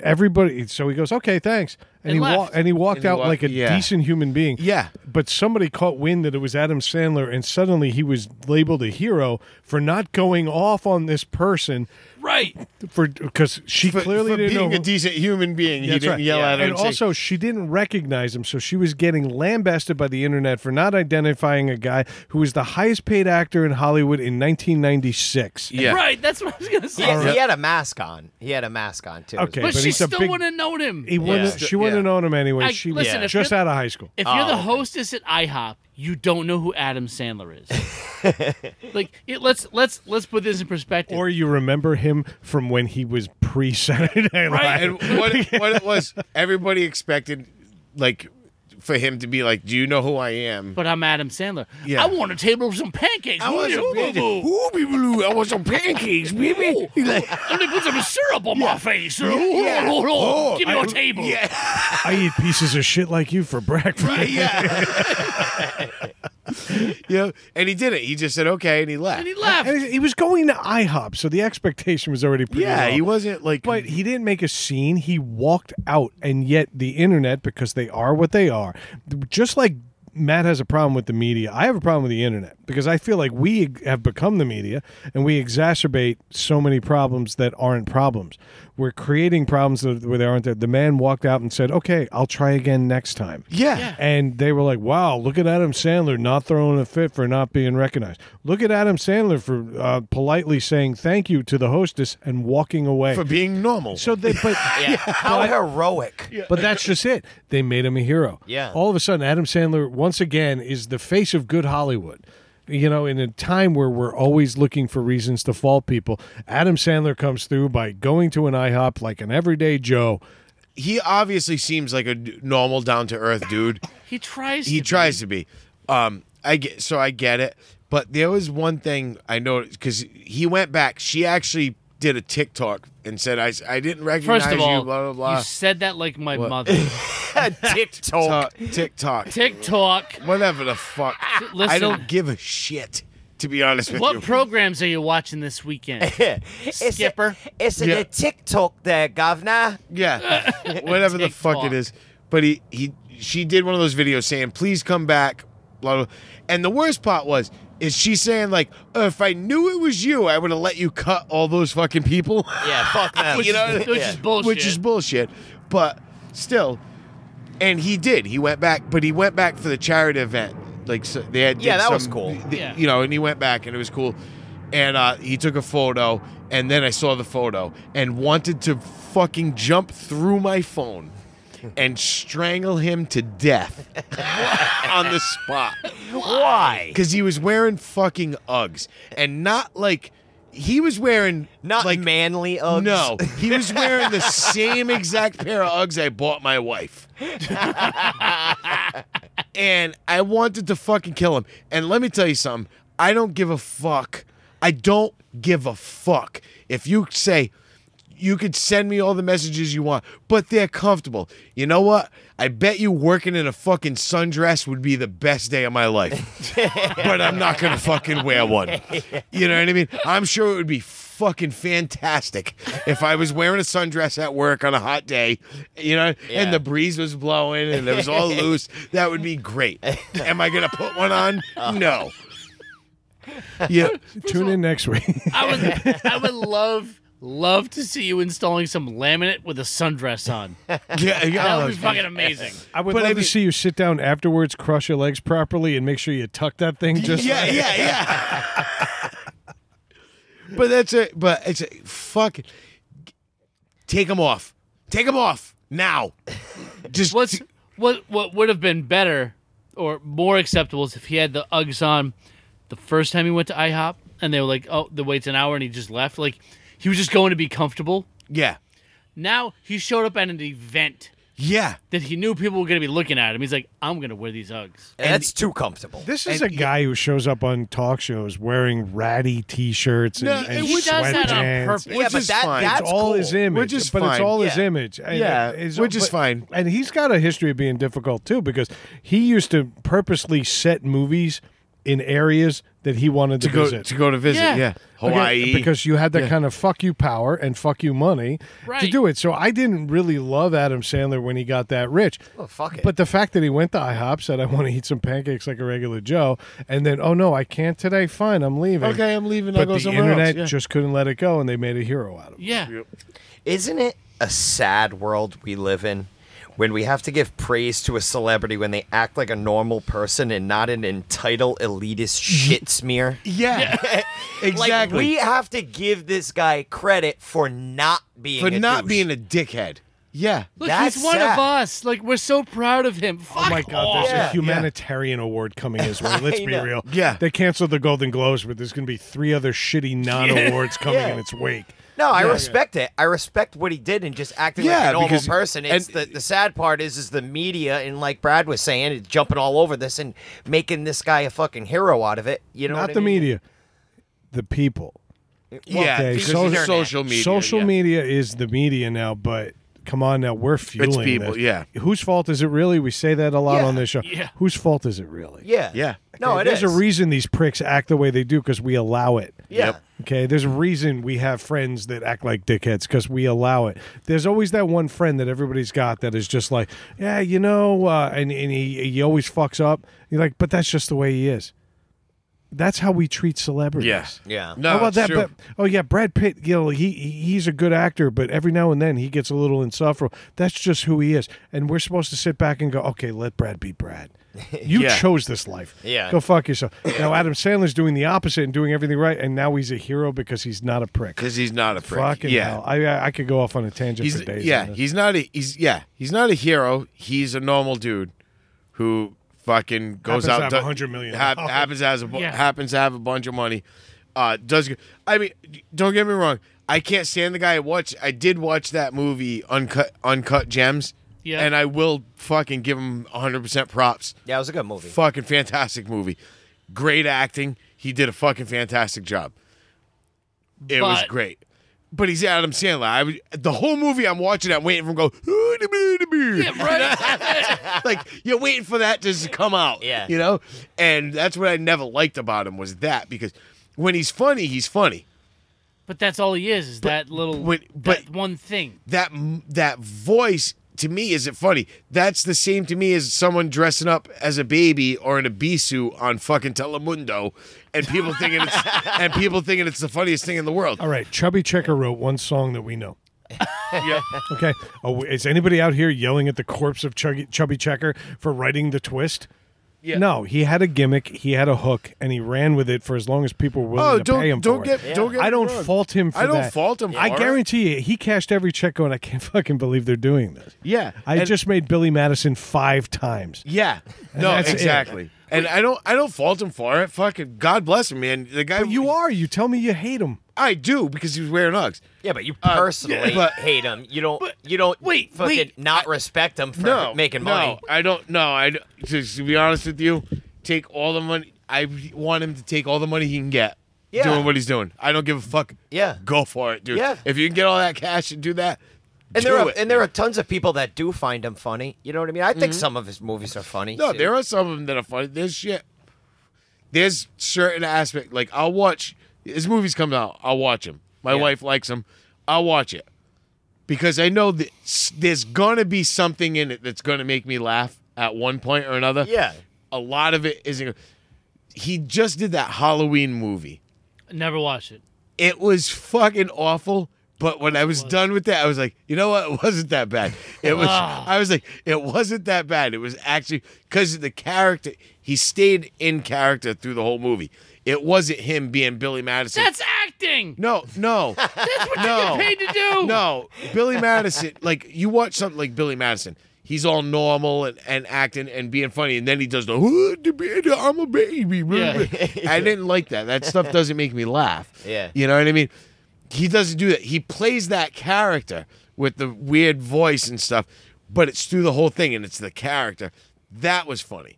everybody. So he goes, "Okay, thanks," and, And he left. walked and he walked And he out walked- like a yeah. decent human being. Yeah. but somebody caught wind that it was Adam Sandler, and suddenly he was labeled a hero for not going off on this person right. for because she For- clearly for didn't being know a who- decent human being, he that's didn't right. yell at her. And say- also, she didn't recognize him, so she was getting lambasted by the internet for not identifying a guy who was the highest paid actor in Hollywood in 1996. yeah. Right. That's what I was gonna He, say. he had a mask on. He had a mask on too. Okay. But, but she he's a still big- wouldn't have known him. He wouldn't, Yeah. She wouldn't have known him anyway. I- she listen, was if just you're- out of high school. if you're Oh, the okay. hostess at IHOP, you don't know who Adam Sandler is. like it, let's let's let's put this in perspective. Or you remember him from when he was pre Saturday Night Right. Live. And what what it was, everybody expected like for him to be like, "Do you know who I am?" but I'm Adam Sandler. Yeah. I want a table of some pancakes. I was a Ooh, baby. ooh, ooh. Ooh, baby, blue. I want some pancakes, baby. Let me put some syrup on my face. Ooh, yeah. ooh, ooh, ooh. Oh, Give me your table. yeah, I eat pieces of shit like you for breakfast. yeah. yeah, and he did it. He just said okay, and he left. And he left. And he was going to IHOP, so the expectation was already pretty yeah, low. he wasn't like. But he didn't make a scene. He walked out, and yet the internet, because they are what they are, just like Matt has a problem with the media, I have a problem with the internet because I feel like we have become the media and we exacerbate so many problems that aren't problems. We're creating problems that- where they aren't there. The man walked out and said, "Okay, I'll try again next time." yeah, Yeah. And they were like, "Wow, look at Adam Sandler not throwing a fit for not being recognized. Look at Adam Sandler for uh, politely saying thank you to the hostess and walking away." for being normal. so they, but Yeah. How heroic. but that's just it. They made him a hero. Yeah. All of a sudden, Adam Sandler once again is the face of good Hollywood. You know, in a time where we're always looking for reasons to fault people, Adam Sandler comes through by going to an IHOP like an everyday Joe. he obviously seems like a d- normal, down to earth dude. He tries. he to tries to be. Um, I get so I get it, but there was one thing I noticed because he went back. She actually did a TikTok and said, "I I didn't recognize First of all, you." Blah blah blah. you said that like my mother. TikTok. Ta- TikTok, TikTok. whatever the fuck. Listen, I don't give a shit, to be honest with you. what programs are you watching this weekend? It's Skipper. A, it's a Yeah. TikTok there, governor. yeah, whatever the fuck TikTok. it is. But he he she did one of those videos saying, "Please come back." Blah, blah. And the worst part was. Is she saying like, "Oh, if I knew it was you, I would have let you cut all those fucking people? Yeah, fuck them. you know, what I mean? Which is bullshit. which is bullshit. But still, and he did. He went back, but he went back for the charity event. Like so they had, did Yeah, that was some- cool. th- Yeah. You know, and he went back, and it was cool. And uh, he took a photo, and then I saw the photo and wanted to fucking jump through my phone and strangle him to death on the spot Why? because he was wearing fucking Uggs and not like he was wearing Not like manly Uggs. No, he was wearing the same exact pair of Uggs I bought my wife. and I wanted to fucking kill him. And let me tell you something. I don't give a fuck. I don't give a fuck. If you say you could send me all the messages you want, but they're comfortable. You know what? I bet you working in a fucking sundress would be the best day of my life. but I'm not gonna fucking wear one. You know what I mean? I'm sure it would be fucking fantastic if I was wearing a sundress at work on a hot day, you know, Yeah. and the breeze was blowing and it was all loose. That would be great. Am I gonna put one on? No. Yeah. Tune in next week. I would, I would love, love to see you installing some laminate with a sundress on. Yeah. That yeah. would be fucking amazing. I would But love I to mean- see you sit down afterwards, cross your legs properly, and make sure you tuck that thing just yeah, right. yeah, yeah. but that's a but it's a fuck. Take them off. Take them off now. Just What's what? What would have been better or more acceptable is if he had the Uggs on the first time he went to IHOP, and they were like, "Oh, the wait's an hour," and he just left. Like he was just going to be comfortable. yeah, Now he showed up at an event yeah. that he knew people were going to be looking at him. He's like, "I'm going to wear these Uggs." That's too comfortable. This is a guy who shows up on talk shows wearing ratty T-shirts and, No, and it He does that on sweatpants. purpose. Which but is that- fine. that's It's all cool. his image, Which is but it's fine. all his Yeah. image. And Yeah, it which is but- fine. And he's got a history of being difficult too, because he used to purposely set movies in areas that he wanted to, To go visit. to go to visit. Yeah. Yeah, Okay, Hawaii. because you had that kind of fuck you power and fuck you money to Right. do it. So I didn't really love Adam Sandler when he got that rich. Well, Oh, fuck it. But the fact that he went to IHOP said, "I want to eat some pancakes like a regular Joe," and then, "Oh no, I can't today. Fine, I'm leaving." okay, I'm leaving. I'll But go the somewhere internet else. Yeah. just couldn't let it go, and they made a hero out of him. Yeah, Isn't it a sad world we live in when we have to give praise to a celebrity when they act like a normal person and not an entitled elitist shit smear? Yeah, Like exactly. we have to give this guy credit for not being for a not douche. being a dickhead. Yeah, look, That's he's one sad. of us. Like we're so proud of him. Fuck Oh my God! There's Yeah, a yeah. humanitarian award coming his way. Let's I be know. real. Yeah. they canceled the Golden Globes, but there's going to be three other shitty non-awards coming Yeah. in its wake. No, I respect it. I respect what he did and just acting like Yeah, a normal because- person. It's and- the, the sad part is is the media and like Brad was saying, it's jumping all over this and making this guy a fucking hero out of it. You know, Not what I the mean? media, the people. yeah. okay, because so- it's social media. Social yeah. media is the media now, but come on now, we're fueling people, this. yeah. Whose fault is it really? We say that a lot Yeah, on this show. yeah. Whose fault is it really? Yeah, Yeah. No, it There's is. a reason these pricks act the way they do because we allow it. Yeah. Yep. Okay, there's a reason we have friends that act like dickheads because we allow it. There's always that one friend that everybody's got that is just like, yeah, you know, uh, and, and he, he always fucks up. You're like, but that's just the way he is. That's how we treat celebrities. Yes. Yeah. No, How about it's that? true. But, oh yeah, Brad Pitt. You know, he he- he's a good actor, but every now and then he gets a little insufferable. That's just who he is, and we're supposed to sit back and go, okay, let Brad be Brad. You Yeah. chose this life. Yeah. Go fuck yourself. Now Adam Sandler's doing the opposite and doing everything right, and now he's a hero because he's not a prick. because he's not a prick. Fucking yeah. hell! I, I I could go off on a tangent He's for days. yeah. on this. He's not a he's yeah. He's not a hero. He's a normal dude who fucking goes Happens to have out. do- $100 million. hap- happens has a bu- Yeah. happens to have a bunch of money. Uh, does good. I mean, don't get me wrong. I can't stand the guy. I watch. I did watch that movie, uncut uncut gems. Yeah. And I will fucking give him 100 percent props. Yeah, it was a good movie. Fucking fantastic movie. Great acting. He did a fucking fantastic job. It was But- great. But he's Adam Sandler. I was, the whole movie I'm watching, I'm waiting for him to go, Yeah, right. like you're waiting for that just to come out. Yeah. You know? And that's what I never liked about him was that because when he's funny, he's funny. but that's all he is. Is that little? when- that but- one thing. that that voice to me isn't funny. That's the same to me as someone dressing up as a baby or in a bee suit on fucking Telemundo, and people thinking it's and people thinking it's the funniest thing in the world. All right, Chubby Checker wrote one song that we know. Yeah. Okay, oh, is anybody out here yelling at the corpse of Chuggy, Chubby Checker for writing the twist? Yeah. No, he had a gimmick, he had a hook, and he ran with it for as long as people were willing Oh, to don't pay him don't for get it. don't get. I me don't wrong. fault him for I don't that. fault him I for it. guarantee you, he cashed every check going, I can't fucking believe they're doing this. Yeah, I and- just made Billy Madison five times. Yeah, no, that's it. exactly. And I don't I don't fault him for it. Fucking God bless him, man. The guy But you are. You tell me you hate him. I do because he was wearing Uggs. Yeah, but you personally Uh, yeah, but- hate him. You don't. you don't. wait, fucking wait. not respect him for No, making no, money. I don't. No, I d- to, to be honest with you, take all the money. I want him to take all the money he can get. Yeah. doing what he's doing. I don't give a fuck. Yeah. go for it, dude. Yeah. if you can get all that cash and do that, And do there are it. and there are tons of people that do find him funny. You know what I mean? I think some of his movies are funny. Mm-hmm. No, too. there are some of them that are funny. There's shit. There's certain aspect. Like I'll watch his movies come out. I'll watch them. My Yeah. wife likes them. I'll watch it because I know that s- there's gonna be something in it that's gonna make me laugh at one point or another. Yeah. a lot of it isn't. He just did that Halloween movie. Never watched it. It was fucking awful. But when I was done with that, I was like, you know what? It wasn't that bad. It was. Ah. I was like, it wasn't that bad. It was actually because the character. He stayed in character through the whole movie. It wasn't him being Billy Madison. That's acting. no, no, That's what no. you get paid to do. no. Billy Madison. Like you watch something like Billy Madison. He's all normal and, and acting and being funny, and then he does the "I'm a baby." Yeah. I didn't like that. That stuff doesn't make me laugh. Yeah. You know what I mean? He doesn't do that. He plays that character with the weird voice and stuff, but it's through the whole thing and it's the character. That was funny.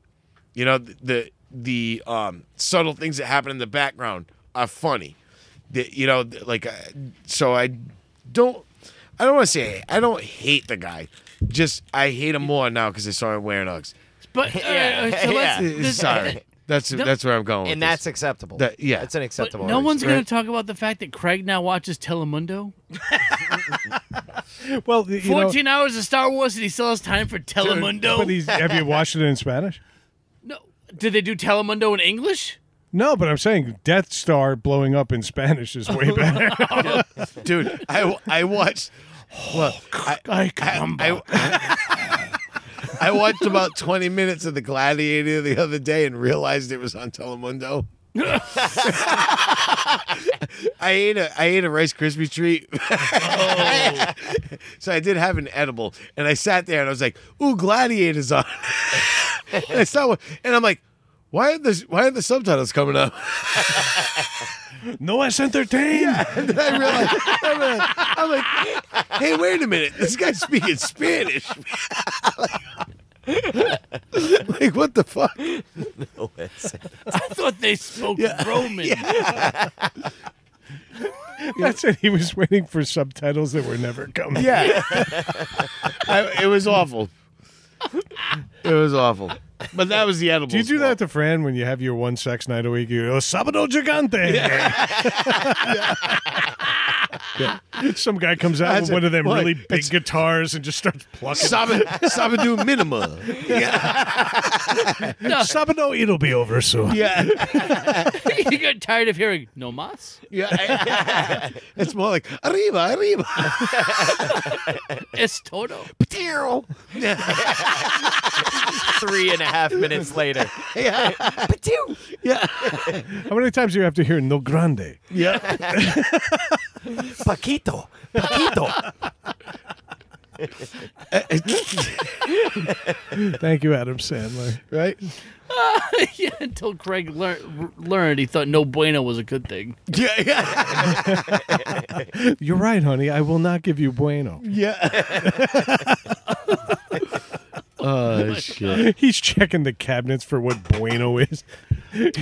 You know, the the, the um, subtle things that happen in the background are funny. The, you know, th- like uh, so I don't I don't want to say I don't hate the guy. Just I hate him more now because I saw him wearing Uggs. uh, But uh, Yeah, so let's, yeah. this- uh, Sorry, that's that's where I'm going. with and this. that's acceptable. That- yeah. that's an But acceptable. no one's right? going to talk about the fact that Craig now watches Telemundo. Well, you know, Fourteen hours of Star Wars, and he still has time for Telemundo. But he's, have you watched it in Spanish? no, did they do Telemundo in English? No, but I'm saying Death Star blowing up in Spanish is way better. dude. I I watched. Well, I, Ay, I, I watched about 20 minutes of The Gladiator the other day and realized it was on Telemundo. I ate a I ate a Rice Krispie treat, so I did have an edible, and I sat there and I was like, "Ooh, Gladiator's on." and I saw one, and I'm like, "Why are the Why are the subtitles coming up?" no, es entertain. And I realized, I realized- I'm like, hey, wait a minute. This guy's speaking Spanish. like, what the fuck? I thought they spoke Roman. That's it. He was waiting for subtitles that were never coming. Yeah. I, it was awful. It was awful. But that was the edible. Do you do that to Fran when you have your one sex night a week? You go, Sabado Gigante. Yeah. Some guy comes out That's with it. one of them What? really big guitars and just starts plucking. Sabadu Minima. Yeah. Sabado, it'll be over soon. Yeah. you got tired of hearing no mas, yeah. It's more like, arriba, arriba. es todo. Patero. three and a half minutes later. Yeah. Patoo. Yeah. How many times do you have to hear No Grande? Yeah. Paquito, Paquito. Thank you, Adam Sandler. Right? yeah, until Craig lear- r- learned he thought no bueno was a good thing. Yeah. Yeah. You're right, honey. I will not give you bueno. Yeah. oh shit. He's checking the cabinets for what bueno is. He's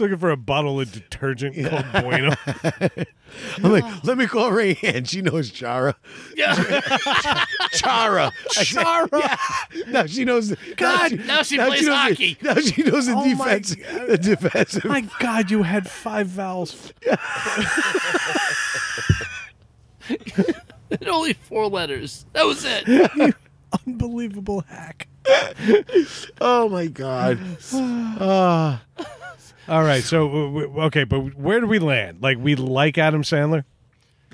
looking for a bottle of detergent called bueno. I'm like, let me call Rayanne. She knows Chara. Yeah, Chara. Chara. No, she knows. God. now she plays knows hockey. The, now she knows the Oh, my defense. The defensive. My God, you had five vowels. only four letters. That was it. Unbelievable hack. oh my God. Uh. All right, so w- w- okay, but where do we land? Like we like Adam Sandler?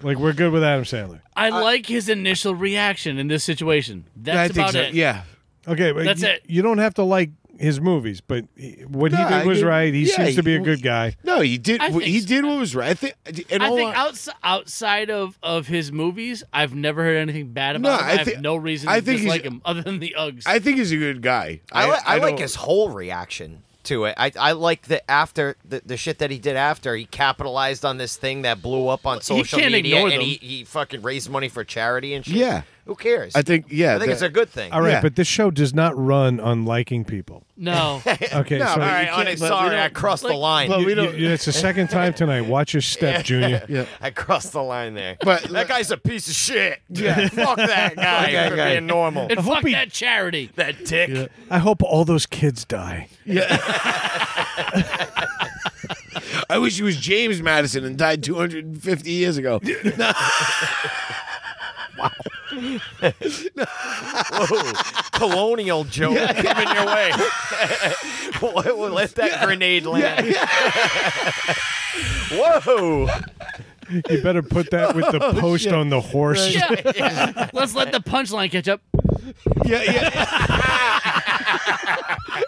Like we're good with Adam Sandler. I like his initial reaction in this situation. That's I about think so. it. Yeah. Okay, but That's you- it. You don't have to like his movies, but he- what he No, did I was get- right. He yeah, seems to be a he- good guy. No, he did. I think He so. did what was right. I think. in I all think hon- outs- outside of, of his movies, I've never heard anything bad about No, him. I I, have thi- no reason I to think he's- dislike him other than the Uggs. I think he's a good guy. I, li- I, like don't- his whole reaction to it. I, I like the after the, the shit that he did after he capitalized on this thing that blew up on social can't media ignore and them. he, he fucking raised money for charity and shit. Yeah. who cares? I think- yeah, I think that- it's a good thing. All right, Yeah. but this show does not run on liking people. no. Okay, so All you right, can't- honest, but we sorry, don't- I crossed the line. but we you- don't- you- it's the second time tonight. Watch your step, Junior. I crossed the line there. But- that guy's a piece of shit. fuck that guy that for guy. being normal. and fuck he- that charity. that dick. I hope all those kids die. I wish he was James Madison and died 250 years ago. Colonial joke coming your way. Whoa, Let that grenade land. Whoa. You better put that with the Oh, post on the horse. Yeah, yeah. Let's let the punchline catch up. Yeah, yeah.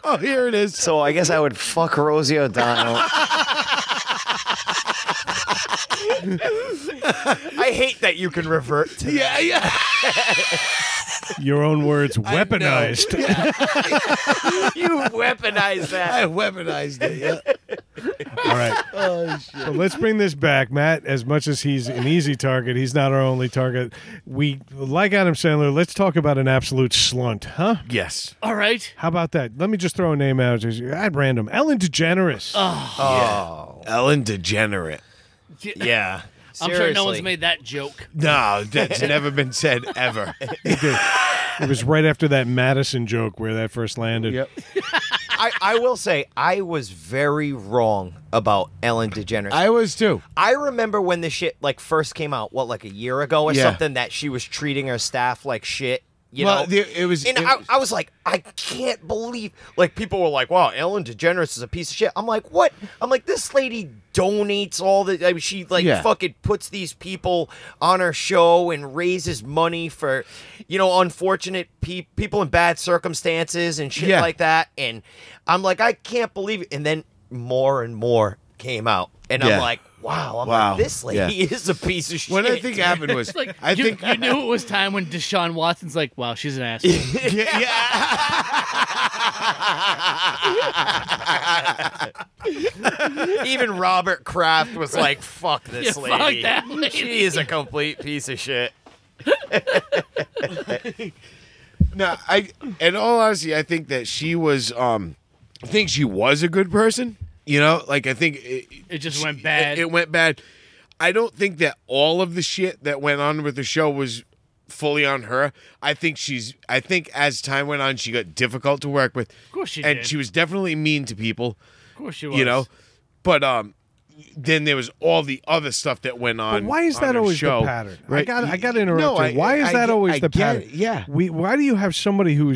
oh, here it is. So I guess I would fuck Rosie O'Donnell. I hate that you can revert to Yeah, yeah. Your own words, know. weaponized. that. You weaponize that. I weaponized it. Yeah. All right. Oh, So let's bring this back, Matt. As much as he's an easy target, he's not our only target. We like Adam Sandler. Let's talk about an absolute slunt, huh? Yes. All right. How about that? Let me just throw a name out at random. Ellen DeGeneres. Oh. Ellen DeGenerate. Yeah. I'm sure no one's made that joke. No, that's never been said ever. It was right after that Madison joke where that first landed. Yep. I, I will say I was very wrong about Ellen DeGeneres. I, I was too. remember when this shit like first came out, what like a year ago or Yeah. something, that she was treating her staff like shit. You well, know, the- it was. and it I, was- I was like, I can't believe. Like people were like, "Wow, Ellen DeGeneres is a piece of shit." I'm like, what? I'm like, this lady donates all the. I mean, she like Yeah. fucking puts these people on her show and raises money for, you know, unfortunate pe- people in bad circumstances and shit Yeah. like that. And I'm like, I can't believe. It. And then more and more came out, and Yeah. I'm like, wow, I'm Wow. like, this lady is a piece of shit. what I think happened was, It's like I you, think you knew it was time when Deshaun Watson's like, "Wow, she's an asshole." yeah, yeah. Even Robert Kraft was like, "Fuck this Yeah, fuck lady. that lady." She is a complete piece of shit." No, I. In all honesty, I think that she was. Um, I think she was a good person. You know, like I think it, It just went it, bad. it went bad. I don't think that all of the shit that went on with the show was fully on her. I think she's. I think as time went on, she got difficult to work with. Of course she and did. she was definitely mean to people. of course she was. You know, but um, then there was all the other stuff that went on. But why is on that her always show, the pattern? I right? got I got to No, interrupt you. I- why is I that get- always I the get pattern? it, yeah. We why do you have somebody who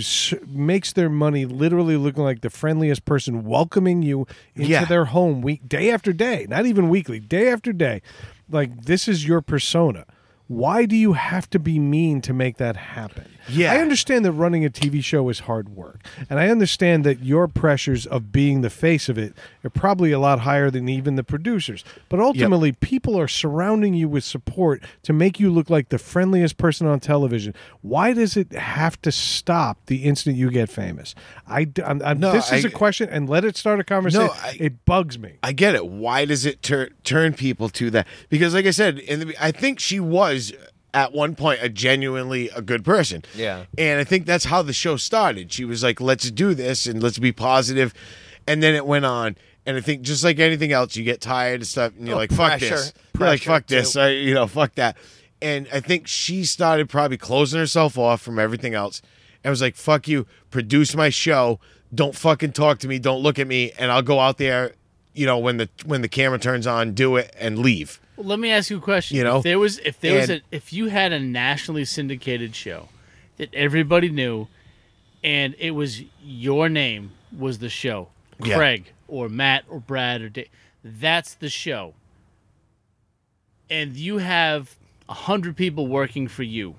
makes their money literally looking like the friendliest person welcoming you into Yeah. their home week day after day, not even weekly, day after day. Like this is your persona. Why do you have to be mean to make that happen? Yeah. I understand that running a TV show is hard work. And I understand that your pressures of being the face of it are probably a lot higher than even the producers. But ultimately, people are surrounding you with support to make you look like the friendliest person on television. Why does it have to stop the instant you get famous? I, d- I'm- I'm- No, this is I- a question, and let it start a conversation. I- it bugs me. I get it. Why does it tur- turn people to that? Because, like I said, in the, I think she was uh, at one point a genuinely a good person. Yeah. and I think that's how the show started. She was like, "Let's do this and let's be positive," and then it went on. And I think just like anything else, you get tired and stuff, and you're Oh, like, "Fuck pressure. this!" You're like, Pressure, "Fuck this!" too. I, you know, "Fuck that." And I think she started probably closing herself off from everything else, and was like, "Fuck you! Produce my show. Don't fucking talk to me. Don't look at me, and I'll go out there." You know, when the when the camera turns on, do it and leave. Well, let me ask you a question. You know, if there was if there was and- a if you had a nationally syndicated show that everybody knew, and it was your name was the show, Yeah. Craig or Matt or Brad or Dave, that's the show, and you have a hundred people working for you,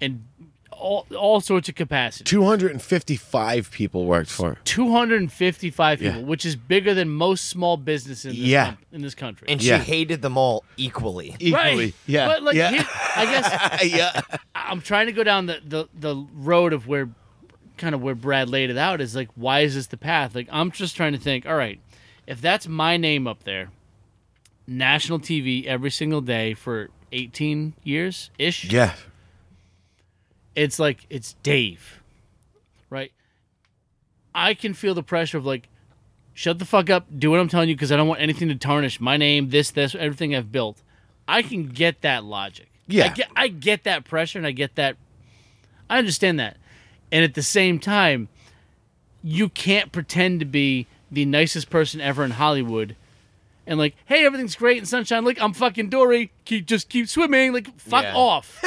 and all, all sorts of capacities. 255 people worked for it. 255 people, which is bigger than most small businesses in this, Yeah. com- in this country. and Yeah. she hated them all equally. equally. Right. Yeah. But like, yeah. here- I guess yeah. I'm trying to go down the, the, the road of where kind of where Brad laid it out is like, why is this the path? Like, I'm just trying to think, all right, if that's my name up there, national TV every single day for 18 years ish. Yeah. it's like it's Dave, right? I can feel the pressure of like, shut the fuck up, do what I'm telling you because I don't want anything to tarnish my name, this, this, everything I've built. I can get that logic. I Yeah. get, I get that pressure and I get that. I understand that, and at the same time, you can't pretend to be the nicest person ever in Hollywood. And like, hey, everything's great and sunshine. Look, I'm fucking Dory. Keep just keep swimming. Like, fuck Yeah. off.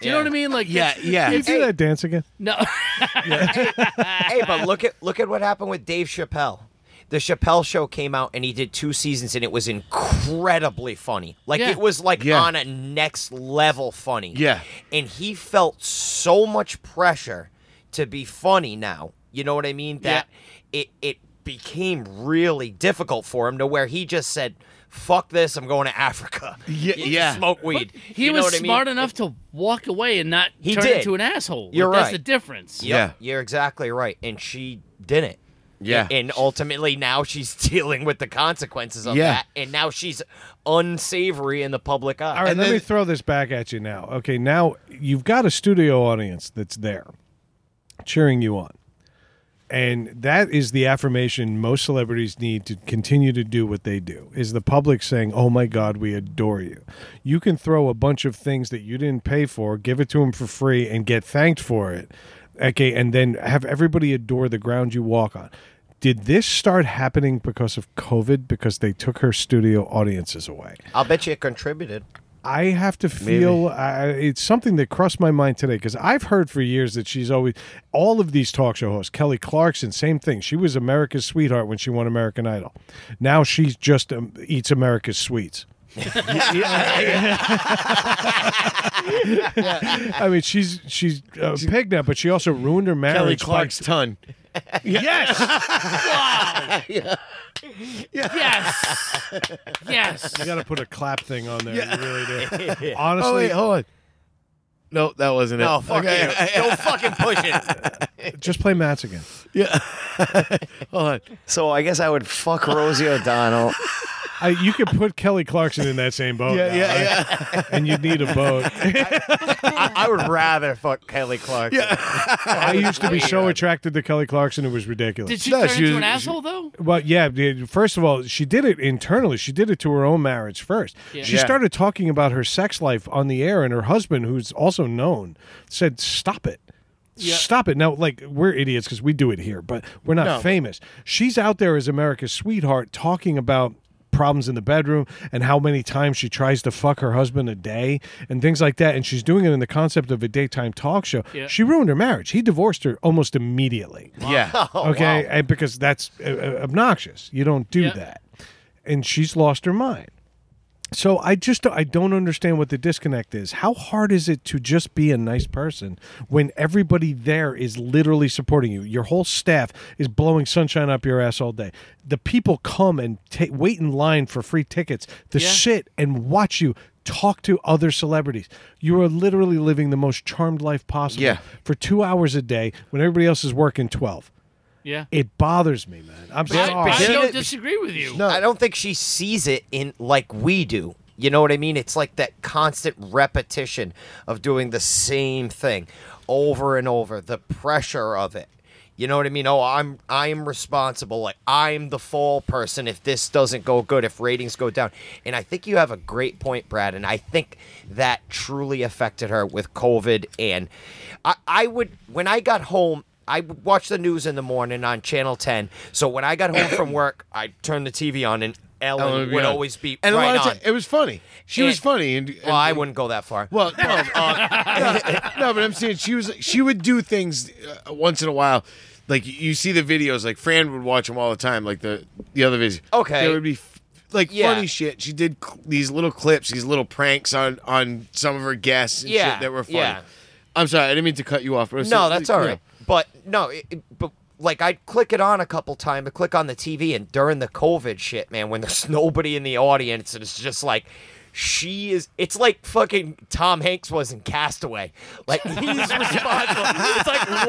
Do you know what I mean? Like, Yeah. it's- Yeah. you do that dance again? no. hey, but look at look at what happened with Dave Chappelle. The Chappelle show came out and he did two seasons and it was incredibly funny. Like Yeah. it was like Yeah. on a next level funny. Yeah. And he felt so much pressure to be funny now. You know what I mean? That it it became really difficult for him to where he just said, Fuck this, I'm going to Africa. Yeah, You yeah. Smoke weed. He You know was what I mean? smart enough to walk away and not He turn did. into an asshole. Like, You're That's right. the difference. Yeah. Yep, You're exactly right. And she didn't. Yeah. And ultimately now she's dealing with the consequences of Yeah. that. And now she's unsavory in the public eye. All right, And let then- me throw this back at you now. Okay, now you've got a studio audience that's there cheering you on. And that is the affirmation most celebrities need to continue to do what they do is the public saying, "Oh my god, we adore you." You can throw a bunch of things that you didn't pay for, give it to them for free and get thanked for it. Okay, and then have everybody adore the ground you walk on. Did this start happening because of COVID because they took her studio audiences away? I'll bet you it contributed. I have to feel I it's something that crossed my mind today because I've heard for years that she's always all of these talk show hosts. Kelly Clarkson, same thing. She was America's sweetheart when she won American Idol. Now she's just um, eats America's sweets. I mean, she's she's uh, pig now, but she also ruined her marriage. Kelly by- Clark's ton. yes, Yes. yes. you got to put a clap thing on there. You really do. Honestly, Oh, wait, hold on. No, that wasn't it. No, fuck you. Don't fucking push it. just play Matt's again. Hold on. So I guess I would fuck Rosie O'Donnell. I, you could put Kelly Clarkson in that same boat. now, right? And you'd need a boat. I, I would rather fuck Kelly Clark. Yeah. I used to be so attracted to Kelly Clarkson, it was ridiculous. Did she turn No, she into was- an she- asshole though? well, yeah. dude, First of all, she did it internally. She did it to her own marriage first. She started talking about her sex life on the air, and her husband, who's also known, said, "Stop it." Stop it now! Like we're idiots because we do it here, but we're not famous. She's out there as America's sweetheart, talking about problems in the bedroom and how many times she tries to fuck her husband a day and things like that. And she's doing it in the concept of a daytime talk show. Yeah. She ruined her marriage. He divorced her almost immediately Yeah. Oh, okay and because that's uh, uh, obnoxious you don't do Yeah. that and she's lost her mind so i just i don't understand what the disconnect is how hard is it to just be a nice person when everybody there is literally supporting you your whole staff is blowing sunshine up your ass all day the people come and ta wait in line for free tickets to Yeah. sit and watch you talk to other celebrities you are literally living the most charmed life possible Yeah. for two hours a day when everybody else is working 12 Yeah. it bothers me, man. I'm I, sorry. I She don't did- disagree with you. I don't think she sees it in like we do. You know what I mean? It's like that constant repetition of doing the same thing over and over. The pressure of it. You know what I mean? Oh, I'm I am responsible. Like I'm the fall person if this doesn't go good, if ratings go down. And I think you have a great point, Brad. And I think that truly affected her with COVID. And I, I would when I got home I would watch the news in the morning on Channel 10. So when I got home from work, I turned the TV on and Ellen, Ellen would always be And right a lot on. of time, it was funny. She was And- funny. And, and- well, I wouldn't go that far. Well, no, uh, no, no, but I'm saying she was she would do things uh, once in a while. Like you see the videos, like Fran would watch them all the time. Like the the other videos. Okay. there would be f- like Yeah. funny shit. She did cl- these little clips, these little pranks on on some of her guests. And Yeah, shit that were funny. yeah. I'm sorry, I didn't mean to cut you off. Rosie. No, that's all Yeah. right. But no, it, it- but like I'd click it on a couple times, click on the TV, and during the COVID shit, man, when there's nobody in the audience, and it's just like. She is. It's like fucking Tom Hanks was in Castaway. Like he's responsible. it's like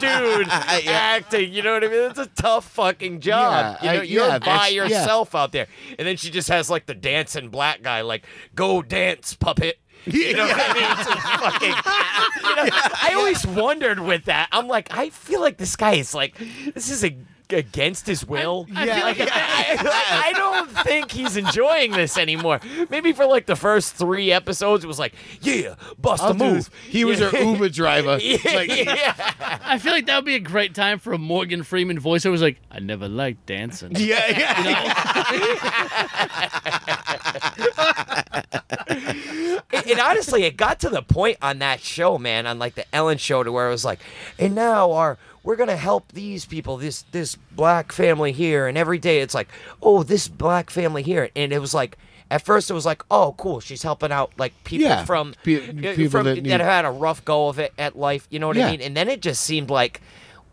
dude acting. You know what I mean? It's a tough fucking job. Yeah, you know, I- you're yeah, by that's- yeah. yourself out there, and then she just has like the dancing black guy, like "Go dance, puppet." You know what I mean? It's just fucking, you know, I always wondered with that. I'm like, I feel like this guy is like, this is a, against his will. I feel like- Like, I, I- I don't think he's enjoying this anymore. Maybe for like the first three episodes, it was like, yeah, bust a I'll do move. this. He was Yeah. her Uber driver. It's yeah, like, yeah. I feel like that would be a great time for a Morgan Freeman voiceover. Was like, I never liked dancing. yeah, yeah. and, and honestly, it got to the point on that show, man, on like the Ellen show, to where it was like, and now our we're gonna help these people, this this black family here, and every day it's like, oh, this black family here, and it was like. At first, it was like, "Oh, cool! She's helping out like people Yeah, from, pe- uh, people from that that, need- have had a rough go of it at life." You know what I Yeah. mean? And then it just seemed like,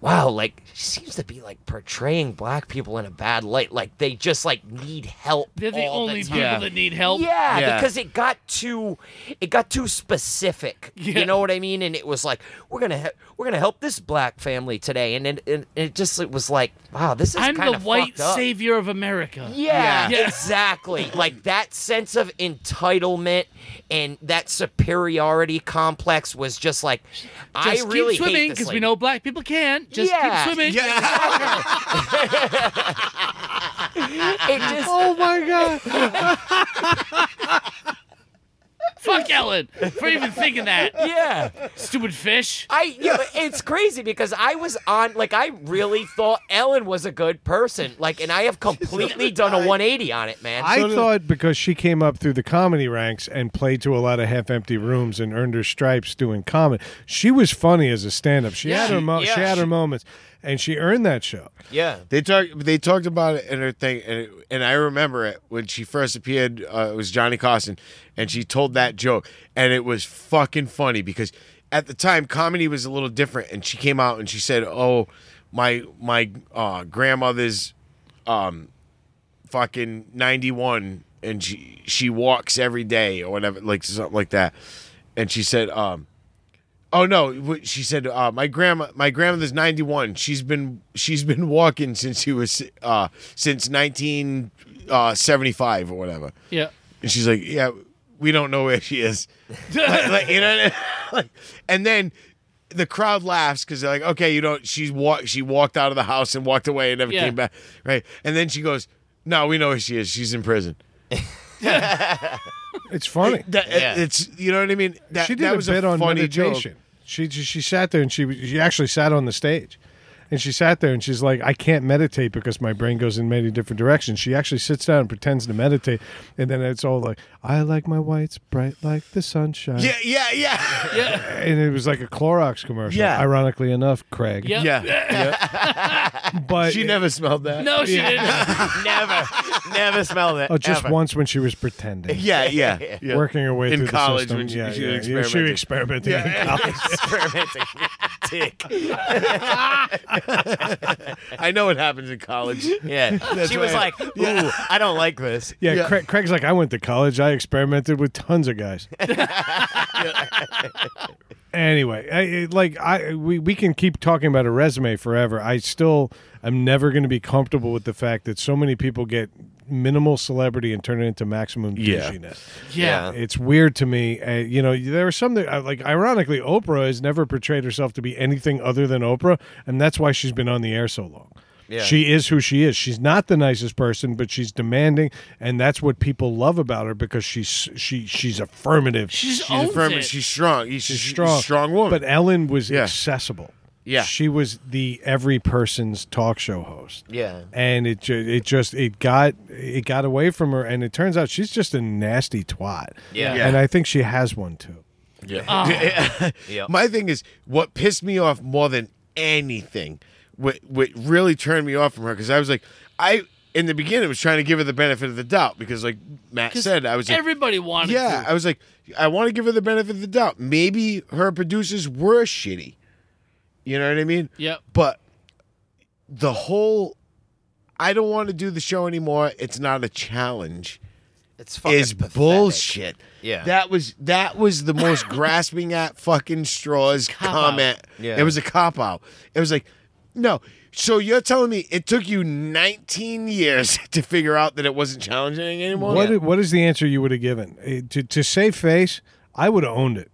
wow, like she seems to be like portraying black people in a bad light. Like they just like need help. They're the all only time. people that need help. Yeah, Yeah. because it got too, it got too specific. Yeah. You know what I mean? And it was like we're gonna he- we're gonna help this black family today, and it, and it just it was like wow, this is I'm kind the of white fucked up. savior of America. Yeah, Yeah. exactly. like that sense of entitlement and that superiority complex was just like, Just I really keep swimming because we know black people can't. Just Yeah. keep swimming. it just Fuck Ellen for even thinking that. yeah. Stupid fish. I yeah, but it's crazy because I was on like I really thought Ellen was a good person, like, and I have completely done a 180 on it, man. I thought because she came up through the comedy ranks and played to a lot of half-empty rooms and earned her stripes doing comedy. She was funny as a stand-up. She had Yeah. her mo- Yeah. she had her moments, and she earned that show. yeah, They talked. They talked about it in her thing, and, it, and I remember it when she first appeared. Uh, it was Johnny Carson, and she told that joke, and it was fucking funny because at the time comedy was a little different. And she came out and she said, "Oh, my my uh, grandmother's um, fucking ninety one, and she she walks every day or whatever, like something like that." And she said, um, Oh no, wh- she said uh, my grandma. My grandmother's ninety one. She's been she's been walking since she was uh, since nineteen seventy five or whatever. Yeah. And she's like, yeah, we don't know where she is. Like- like, you know, what I mean? Like, and then the crowd laughs because they're like, okay, you know, she's walk she walked out of the house and walked away and never Yeah. came back, right? And then she goes, no, we know where she is. She's in prison. It's funny. That, uh, It's you know what I mean. That, she did that a was bit on funny meditation. joke. She, she she sat there and she was- she actually sat on the stage, and she sat there and she's like, I can't meditate because my brain goes in many different directions. She actually sits down and pretends to meditate, and then it's all like, I like my whites bright like the sunshine. Yeah, yeah, yeah. and it was like a Clorox commercial. Yeah. ironically enough, Craig. Yep. Yeah. but She never smelled that. No, she didn't. never, never smelled it. Oh, just ever. once when she was pretending. Yeah, yeah. yeah. Working her way in through the college system. when she, yeah, she yeah, was yeah. She experimented experimenting. in college. experimenting. Dick. I know what happens in college. Yeah, she was right. like, "Ooh, I don't like this." Yeah, Yeah. Craig, Craig's like, I went to college. I experimented with tons of guys. anyway, I, it- like I, we, we can keep talking about a resume forever. I still, I'm never going to be comfortable with the fact that so many people get minimal celebrity and turn it into maximum Yeah. douchiness. Yeah. Uh, It's weird to me. Uh, you know, there are some that, uh, like, ironically, Oprah has never portrayed herself to be anything other than Oprah, and that's why she's been on the air so long. Yeah. She is who she is. She's not the nicest person, but she's demanding, and that's what people love about her because she's she she's affirmative. She just She's owns firm. it. She's strong. She's, She's strong. strong, Strong woman. But Ellen was Yeah. accessible. Yeah. she was the every person's talk show host Yeah. and it ju- it just it got it got away from her, and it turns out she's just a nasty twat. Yeah. and I think she has one too. Yeah. My thing is, what pissed me off more than anything, what what really turned me off from her, because I was like, I in the beginning was trying to give her the benefit of the doubt because, like Matt 'Cause said, I was like, everybody wanted. yeah, to. I was like, I want to give her the benefit of the doubt. Maybe her producers were shitty. You know what I mean? Yep. But the whole, I don't want to do the show anymore. It's not a challenge. It's fucking is pathetic. bullshit. Yeah. That was that was the most grasping at fucking straws out. comment. Yeah. It was a cop out. It was like, no. So you're telling me it took you 19 years to figure out that it wasn't challenging anymore? What i- What is the answer you would have given Eh, to to save face? I would have owned it.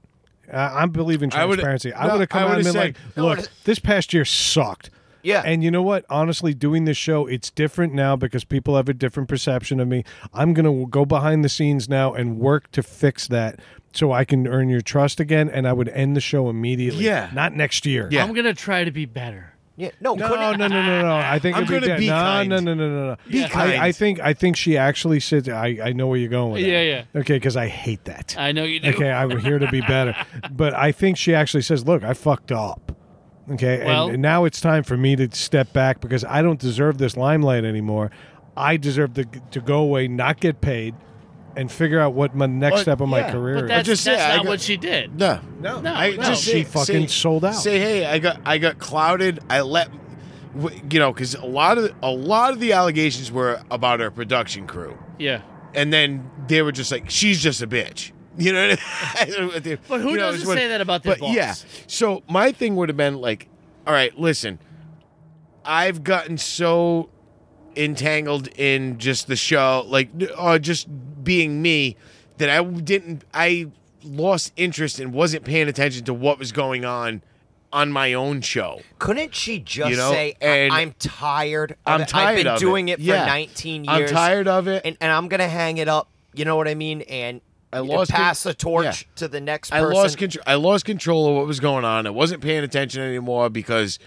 I I believe in I would- transparency. I no, would have come I out and would've been like, said- I "Look, this past year sucked." Yeah. And you know what? Honestly, doing this show, it's different now because people have a different perception of me. I'm gonna go behind the scenes now and work to fix that, so I can earn your trust again. And I would end the show immediately. Yeah. Not next year. Yeah. I'm gonna try to be better. Yeah. No, No, couldn't- no, no, no, no. I think I'm it'd gonna dead. be no, kind. no, no, no, no, no. Be kind. I, I think I think she actually said, "I I know where you're going." With Yeah, that. yeah. Okay, because I hate that. I know you do. okay, I'm here to be better, but I think she actually says, "Look, I fucked up." Okay, and- Well- and now it's time for me to step back because I don't deserve this limelight anymore. I deserve to to go away, not get paid, and figure out what my next Well, step of my yeah, career But is. that's, just- that's yeah, I not got- what she did. No, No, I no. just She say- fucking say- sold out. Say hey, I got I got clouded. I let w- you know because a lot of a lot of the allegations were about her production crew, Yeah. and then they were just like, she's just a bitch. You know, what I mean? But who You know, it's doesn't what- say that about their But boss? yeah, so my thing would have been like, all right, listen, I've gotten so entangled in just the show, like, or just being me, that I didn't, I lost interest and wasn't paying attention to what was going on on my own show. Couldn't she just You know, say, and- I- "I'm tired. of I'm it. I've tired been of it." doing it, for Yeah. 19 years. I'm tired of it. and, and I'm gonna hang it up. You know what I mean? And I you know, lost con- pass the torch yeah. to the next I person. lost control. I lost control of what was going on. I wasn't paying attention anymore because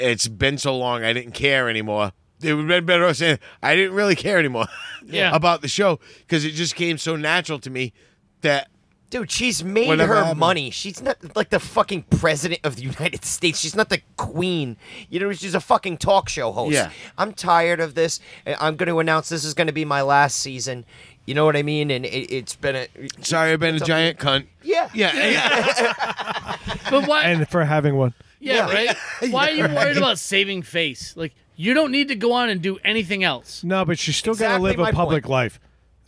it's been so long. I didn't care anymore. It would have been better off saying I didn't really care anymore Yeah. about the show because it just came so natural to me that Dude, she's made Whatever her happened. money. She's not like the fucking president of the United States. She's not the queen. You know, she's a fucking talk show host. Yeah. I'm tired of this. I- I'm going to announce this is going to be my last season. You know what I mean? And it, it's been a. sorry I've been a giant cunt. Yeah. Yeah, But why? and for having one. yeah, right. Why are you worried about saving face? Like you don't need to go on and do anything else. No, but she's still Exactly got to my live a public point. life.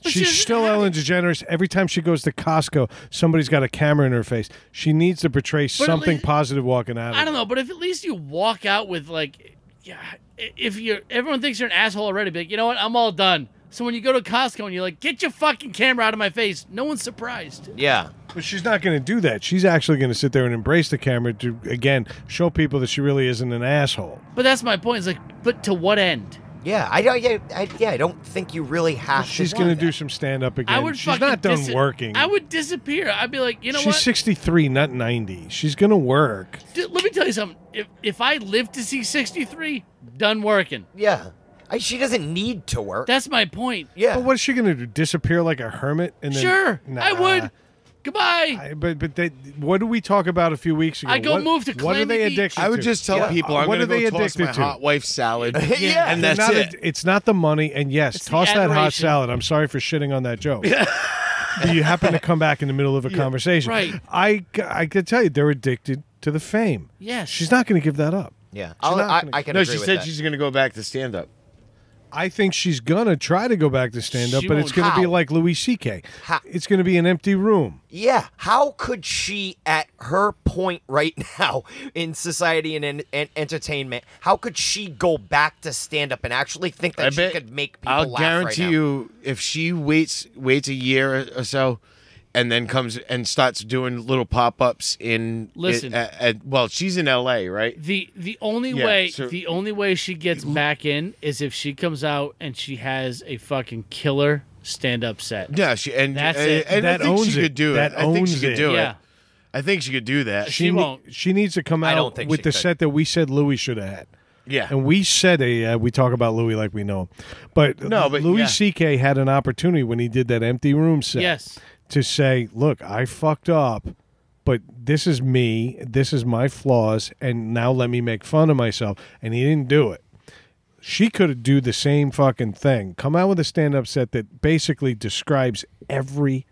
she she's doesn't still have Ellen DeGeneres. Every time she goes to Costco, somebody's got a camera in her face. She needs to portray at something least- positive walking out. Of I don't know, but if at least you walk out with like, yeah, if you're everyone thinks you're an asshole already, but you know what? I'm all done. So when you go to Costco and you're like, get your fucking camera out of my face, no one's surprised. Yeah. But she's not going to do that. She's actually going to sit there and embrace the camera to again show people that she really isn't an asshole. But that's my point. It's like, but to what end? Yeah. I don't. Yeah. I, yeah. I don't think you really have She's to. going to that. do some stand up again. I would she's fucking not done dis- working. I would disappear. I'd be like, you know she's what? 63, not 90. She's going to work. D- let me tell you something. If if I live to see 63, done working. Yeah. I, she doesn't need to work. That's my point. yeah. But what is she going to do? Disappear like a hermit? And then, Sure, I Nah. would. Goodbye. I, but but they, what did we talk about a few weeks ago? I go what, move to What are Clammy they Beach. addicted to? I would just tell Yeah. people I'm What going are they to go toss my addicted to? hot wife salad. yeah. and They're that's not it. ad- it's not the money, and yes, the toss that hot adoration. salad. I'm sorry for shitting on that joke. But you happen to come back in the middle of a conversation. right. I, c- I could tell you they're addicted to the fame. Yes. She's not going to give that up. yeah. I'll, not I, gonna- I can no, agree she with said that. she's going to go back to stand up. I think she's going to try to go back to stand up, She but it's won't. going to be How? like Louis C.K. How? It's going to be an empty room. Yeah, how could she, at her point right now in society and in, and entertainment, how could she go back to stand up and actually think that I she bet- could make people I'll laugh guarantee right now? you, if she waits waits a year or so, and then comes and starts doing little pop ups in Listen. at- at- well, she's in L.A. right? The the only Yeah, way so- the only way she gets back in is if she comes out and she has a fucking killer stand up set. Yeah, she and That's and, it. and That I think owns she it. could do it. That I think she owns could it. do Yeah. it. I think she could do that. She ne- won't. She needs to come I out don't think with she the could. set that we said Louis should have had. Yeah. And we said a uh, we talk about Louis like we know him, but No, but Louis yeah. C.K. had an opportunity when he did that empty room set. Yes. to say, look, I fucked up, but this is me, this is my flaws, and now let me make fun of myself. And he didn't do it. She could do the same fucking thing. Come out with a stand up set that basically describes every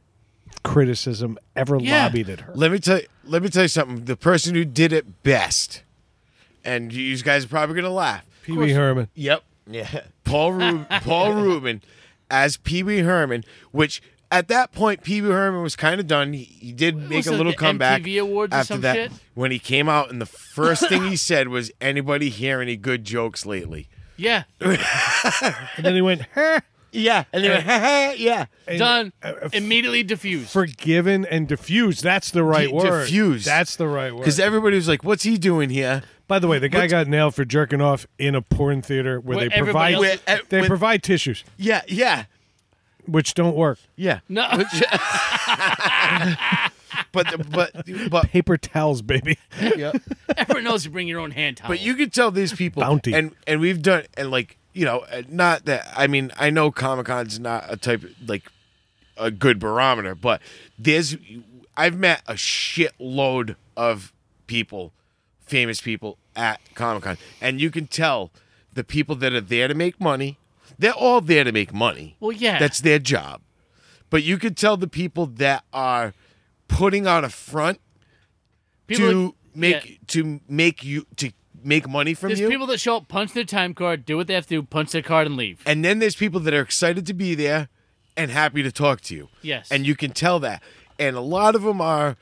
criticism ever Yeah. lobbied at her. Let me tell you, let me tell you something. The person who did it best, and you guys are probably gonna laugh. Pee Wee Herman. Yep. Yeah. Paul Rub- Paul Rubin as Pee Wee Herman, which at that point Pee Wee Herman was kind of done. He, he did make was a it, little the comeback MTV Awards or after some that shit? when he came out, and the first thing he said was, "Anybody hear any good jokes lately?" Yeah, And then he went, huh? Yeah, and they went, "Yeah." And done. uh, Immediately diffused. Forgiven and diffused. That's the right D- word. diffused. That's the right word. Because everybody was like, "What's he doing here?" By the way, the guy got nailed for jerking off in a porn theater where, Where they everybody provide else- Where- eh, they with- provide tissues, Yeah, yeah, which don't work. yeah. no, But the- but but Paper towels, baby. everyone knows you bring your own hand towel. But you can tell these people Bounty. and and we've done and like you know uh, not that I mean I know Comic Con's not a type like a good barometer, but there's I've met a shitload of people, famous people at Comic Con, and you can tell the people that are there to make money. They're all there to make money. Well, yeah. that's their job. But you can tell the people that are putting on a front People to that- make yeah. to make you to make money from There's you. people that show up, punch their time card, do what they have to, do, punch their card, and leave. and then there's people that are excited to be there and happy to talk to you. Yes. And you can tell that. And a lot of them are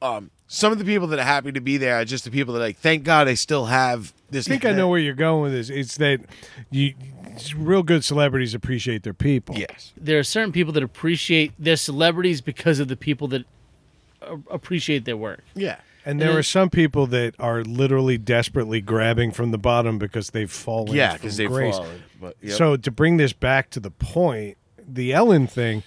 um, some of the people that are happy to be there are just the people that are like, thank God I still have this. I think I know where you're going with this. It's that you real good celebrities appreciate their people. Yes. There are certain people that appreciate their celebrities because of the people that a- appreciate their work. Yeah. And there And are then- some people that are literally desperately grabbing from the bottom because they've fallen. Yeah, from because they've grace. fallen. But yep. So to bring this back to the point, the Ellen thing,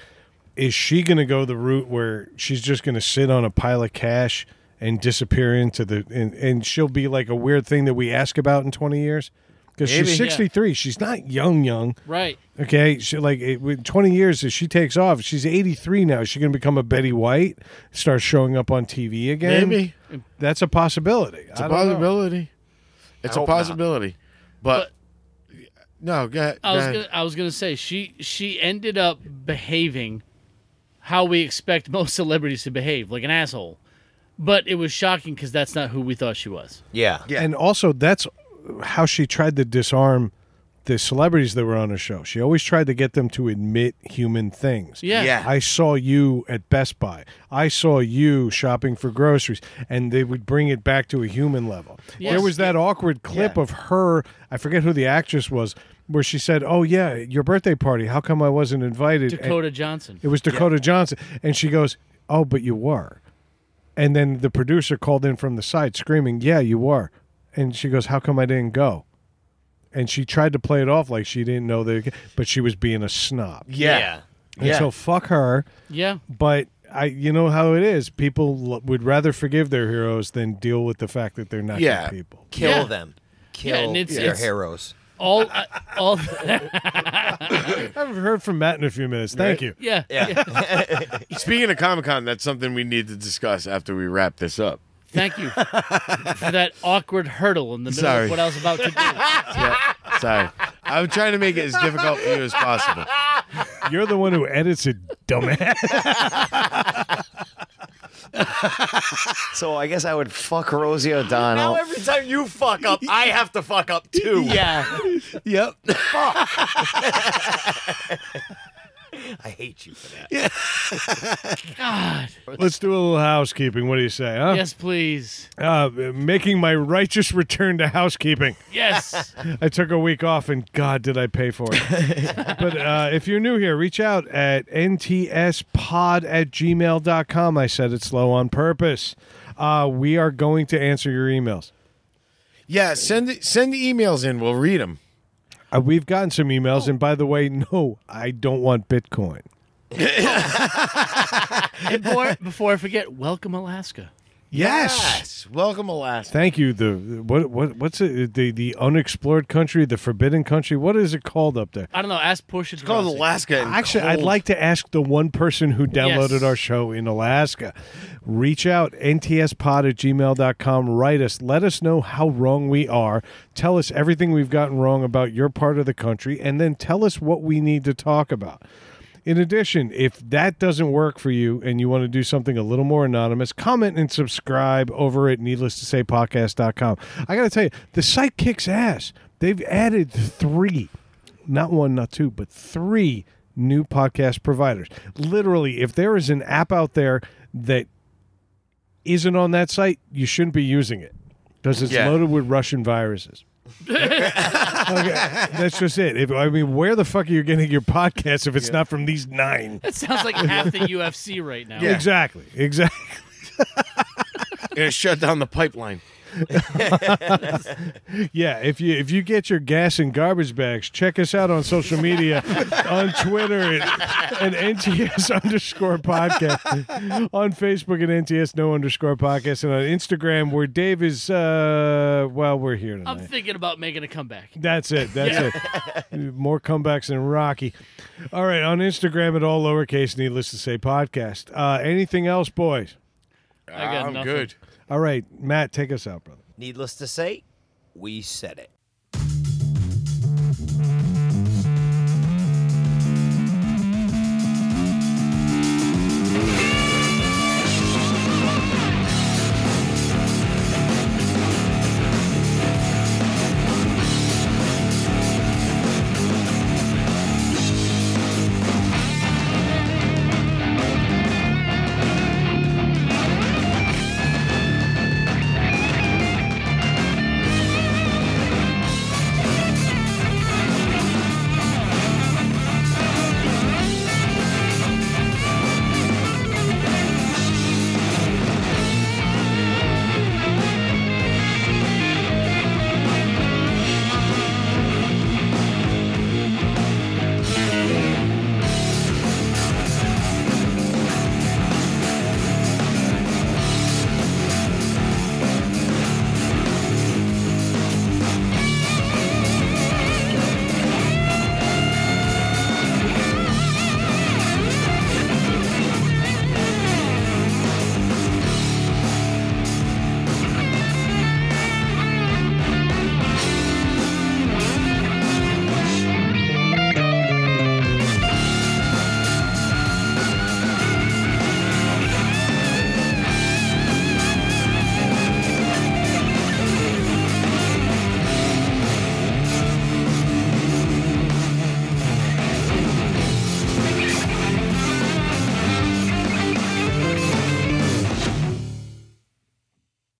is she going to go the route where she's just going to sit on a pile of cash and disappear into the and, and she'll be like a weird thing that we ask about in 20 years? Because Maybe. she's Yeah. 63. She's not young, young. Right. Okay, she, like it, with 20 years, if she takes off, she's 83 now. Is she going to become a Betty White, start showing up on TV again? Maybe. That's a possibility. it's a possibility. It's a hope not. possibility. But, no, go ahead. I go was ahead. gonna, I was gonna say she she ended up behaving how we expect most celebrities to behave, like an asshole. But it was shocking because that's not who we thought she was. Yeah. And also, that's how she tried to disarm the celebrities that were on her show. She always tried to get them to admit human things. Yeah. Yeah. I saw you at Best Buy. I saw you shopping for groceries, and they would bring it back to a human level. Yes. There was that awkward clip of her. I forget who the actress was, where she said, "Oh yeah, your birthday party. How come I wasn't invited?" And Dakota Johnson. it was Dakota Johnson, and she goes, "Oh, but you were." And then the producer called in from the side, screaming, "Yeah, you were!" And she goes, "How come I didn't go?" And she tried to play it off like she didn't know that, but she was being a snob. yeah. And so fuck her Yeah. but I, you know how it is. People l- would rather forgive their heroes than deal with the fact that they're not Yeah. good people. Kill Yeah. them. Kill Yeah, and it's- their it's- heroes. All all. I've heard from Matt in a few minutes. Thank you. yeah. Yeah. Speaking of Comic Con, that's something we need to discuss after we wrap this up. Thank you for that awkward hurdle in the middle Sorry. of what I was about to do. Sorry. I'm trying to make it as difficult for you as possible. You're the one who edits it, dumbass. So I guess I would fuck Rosie O'Donnell. every time you fuck up, I have to fuck up too. Yeah. Yep. I hate you for that. God. Let's do a little housekeeping. What do you say? Huh? Yes, please. Uh, making my righteous return to housekeeping. Yes. I took a week off, and God, did I pay for it. but uh, if you're new here, reach out at ntspod at gmail.com. I said it slow on purpose. Uh, we are going to answer your emails. Yeah, send send the emails in. We'll read them. Uh, we've gotten some emails, and by the way, no, I don't want Bitcoin. And before, before I forget, welcome Alaska. Yes. Welcome, Alaska. Thank you. The what what what's it? The the unexplored country, the forbidden country. What is it called up there? I don't know. Ask Portia. It's Called Alaska. and Actually, I'd cold. like to ask the one person who downloaded Yes. our show in Alaska. Reach out, ntspod at gmail.com. Write us. Let us know how wrong we are. Tell us everything we've gotten wrong about your part of the country, and then tell us what we need to talk about. In addition, if that doesn't work for you and you want to do something a little more anonymous, comment and subscribe over at needless to say podcast.com. I got to tell you, the site kicks ass. They've added three not one, not two, but three new podcast providers. Literally, if there is an app out there that isn't on that site, you shouldn't be using it because it's Yeah. loaded with Russian viruses. Okay, that's just it. If, I mean, where the fuck are you getting your podcast if it's not from these nine? That sounds like half the UFC right now. Exactly. Exactly. It shut down the pipeline. Yeah, if you if you get your gas in garbage bags, check us out on social media, on Twitter at, and NTS underscore podcast, on Facebook at NTS no underscore podcast, and on Instagram where Dave is. Uh, well, we're here tonight. I'm thinking about making a comeback. That's it. That's it. More comebacks than Rocky. All right, on Instagram at all lowercase, needless to say, podcast. Uh, anything else, boys? I got I'm nothing. good. All right, Matt, take us out, brother. Needless to say, we said it.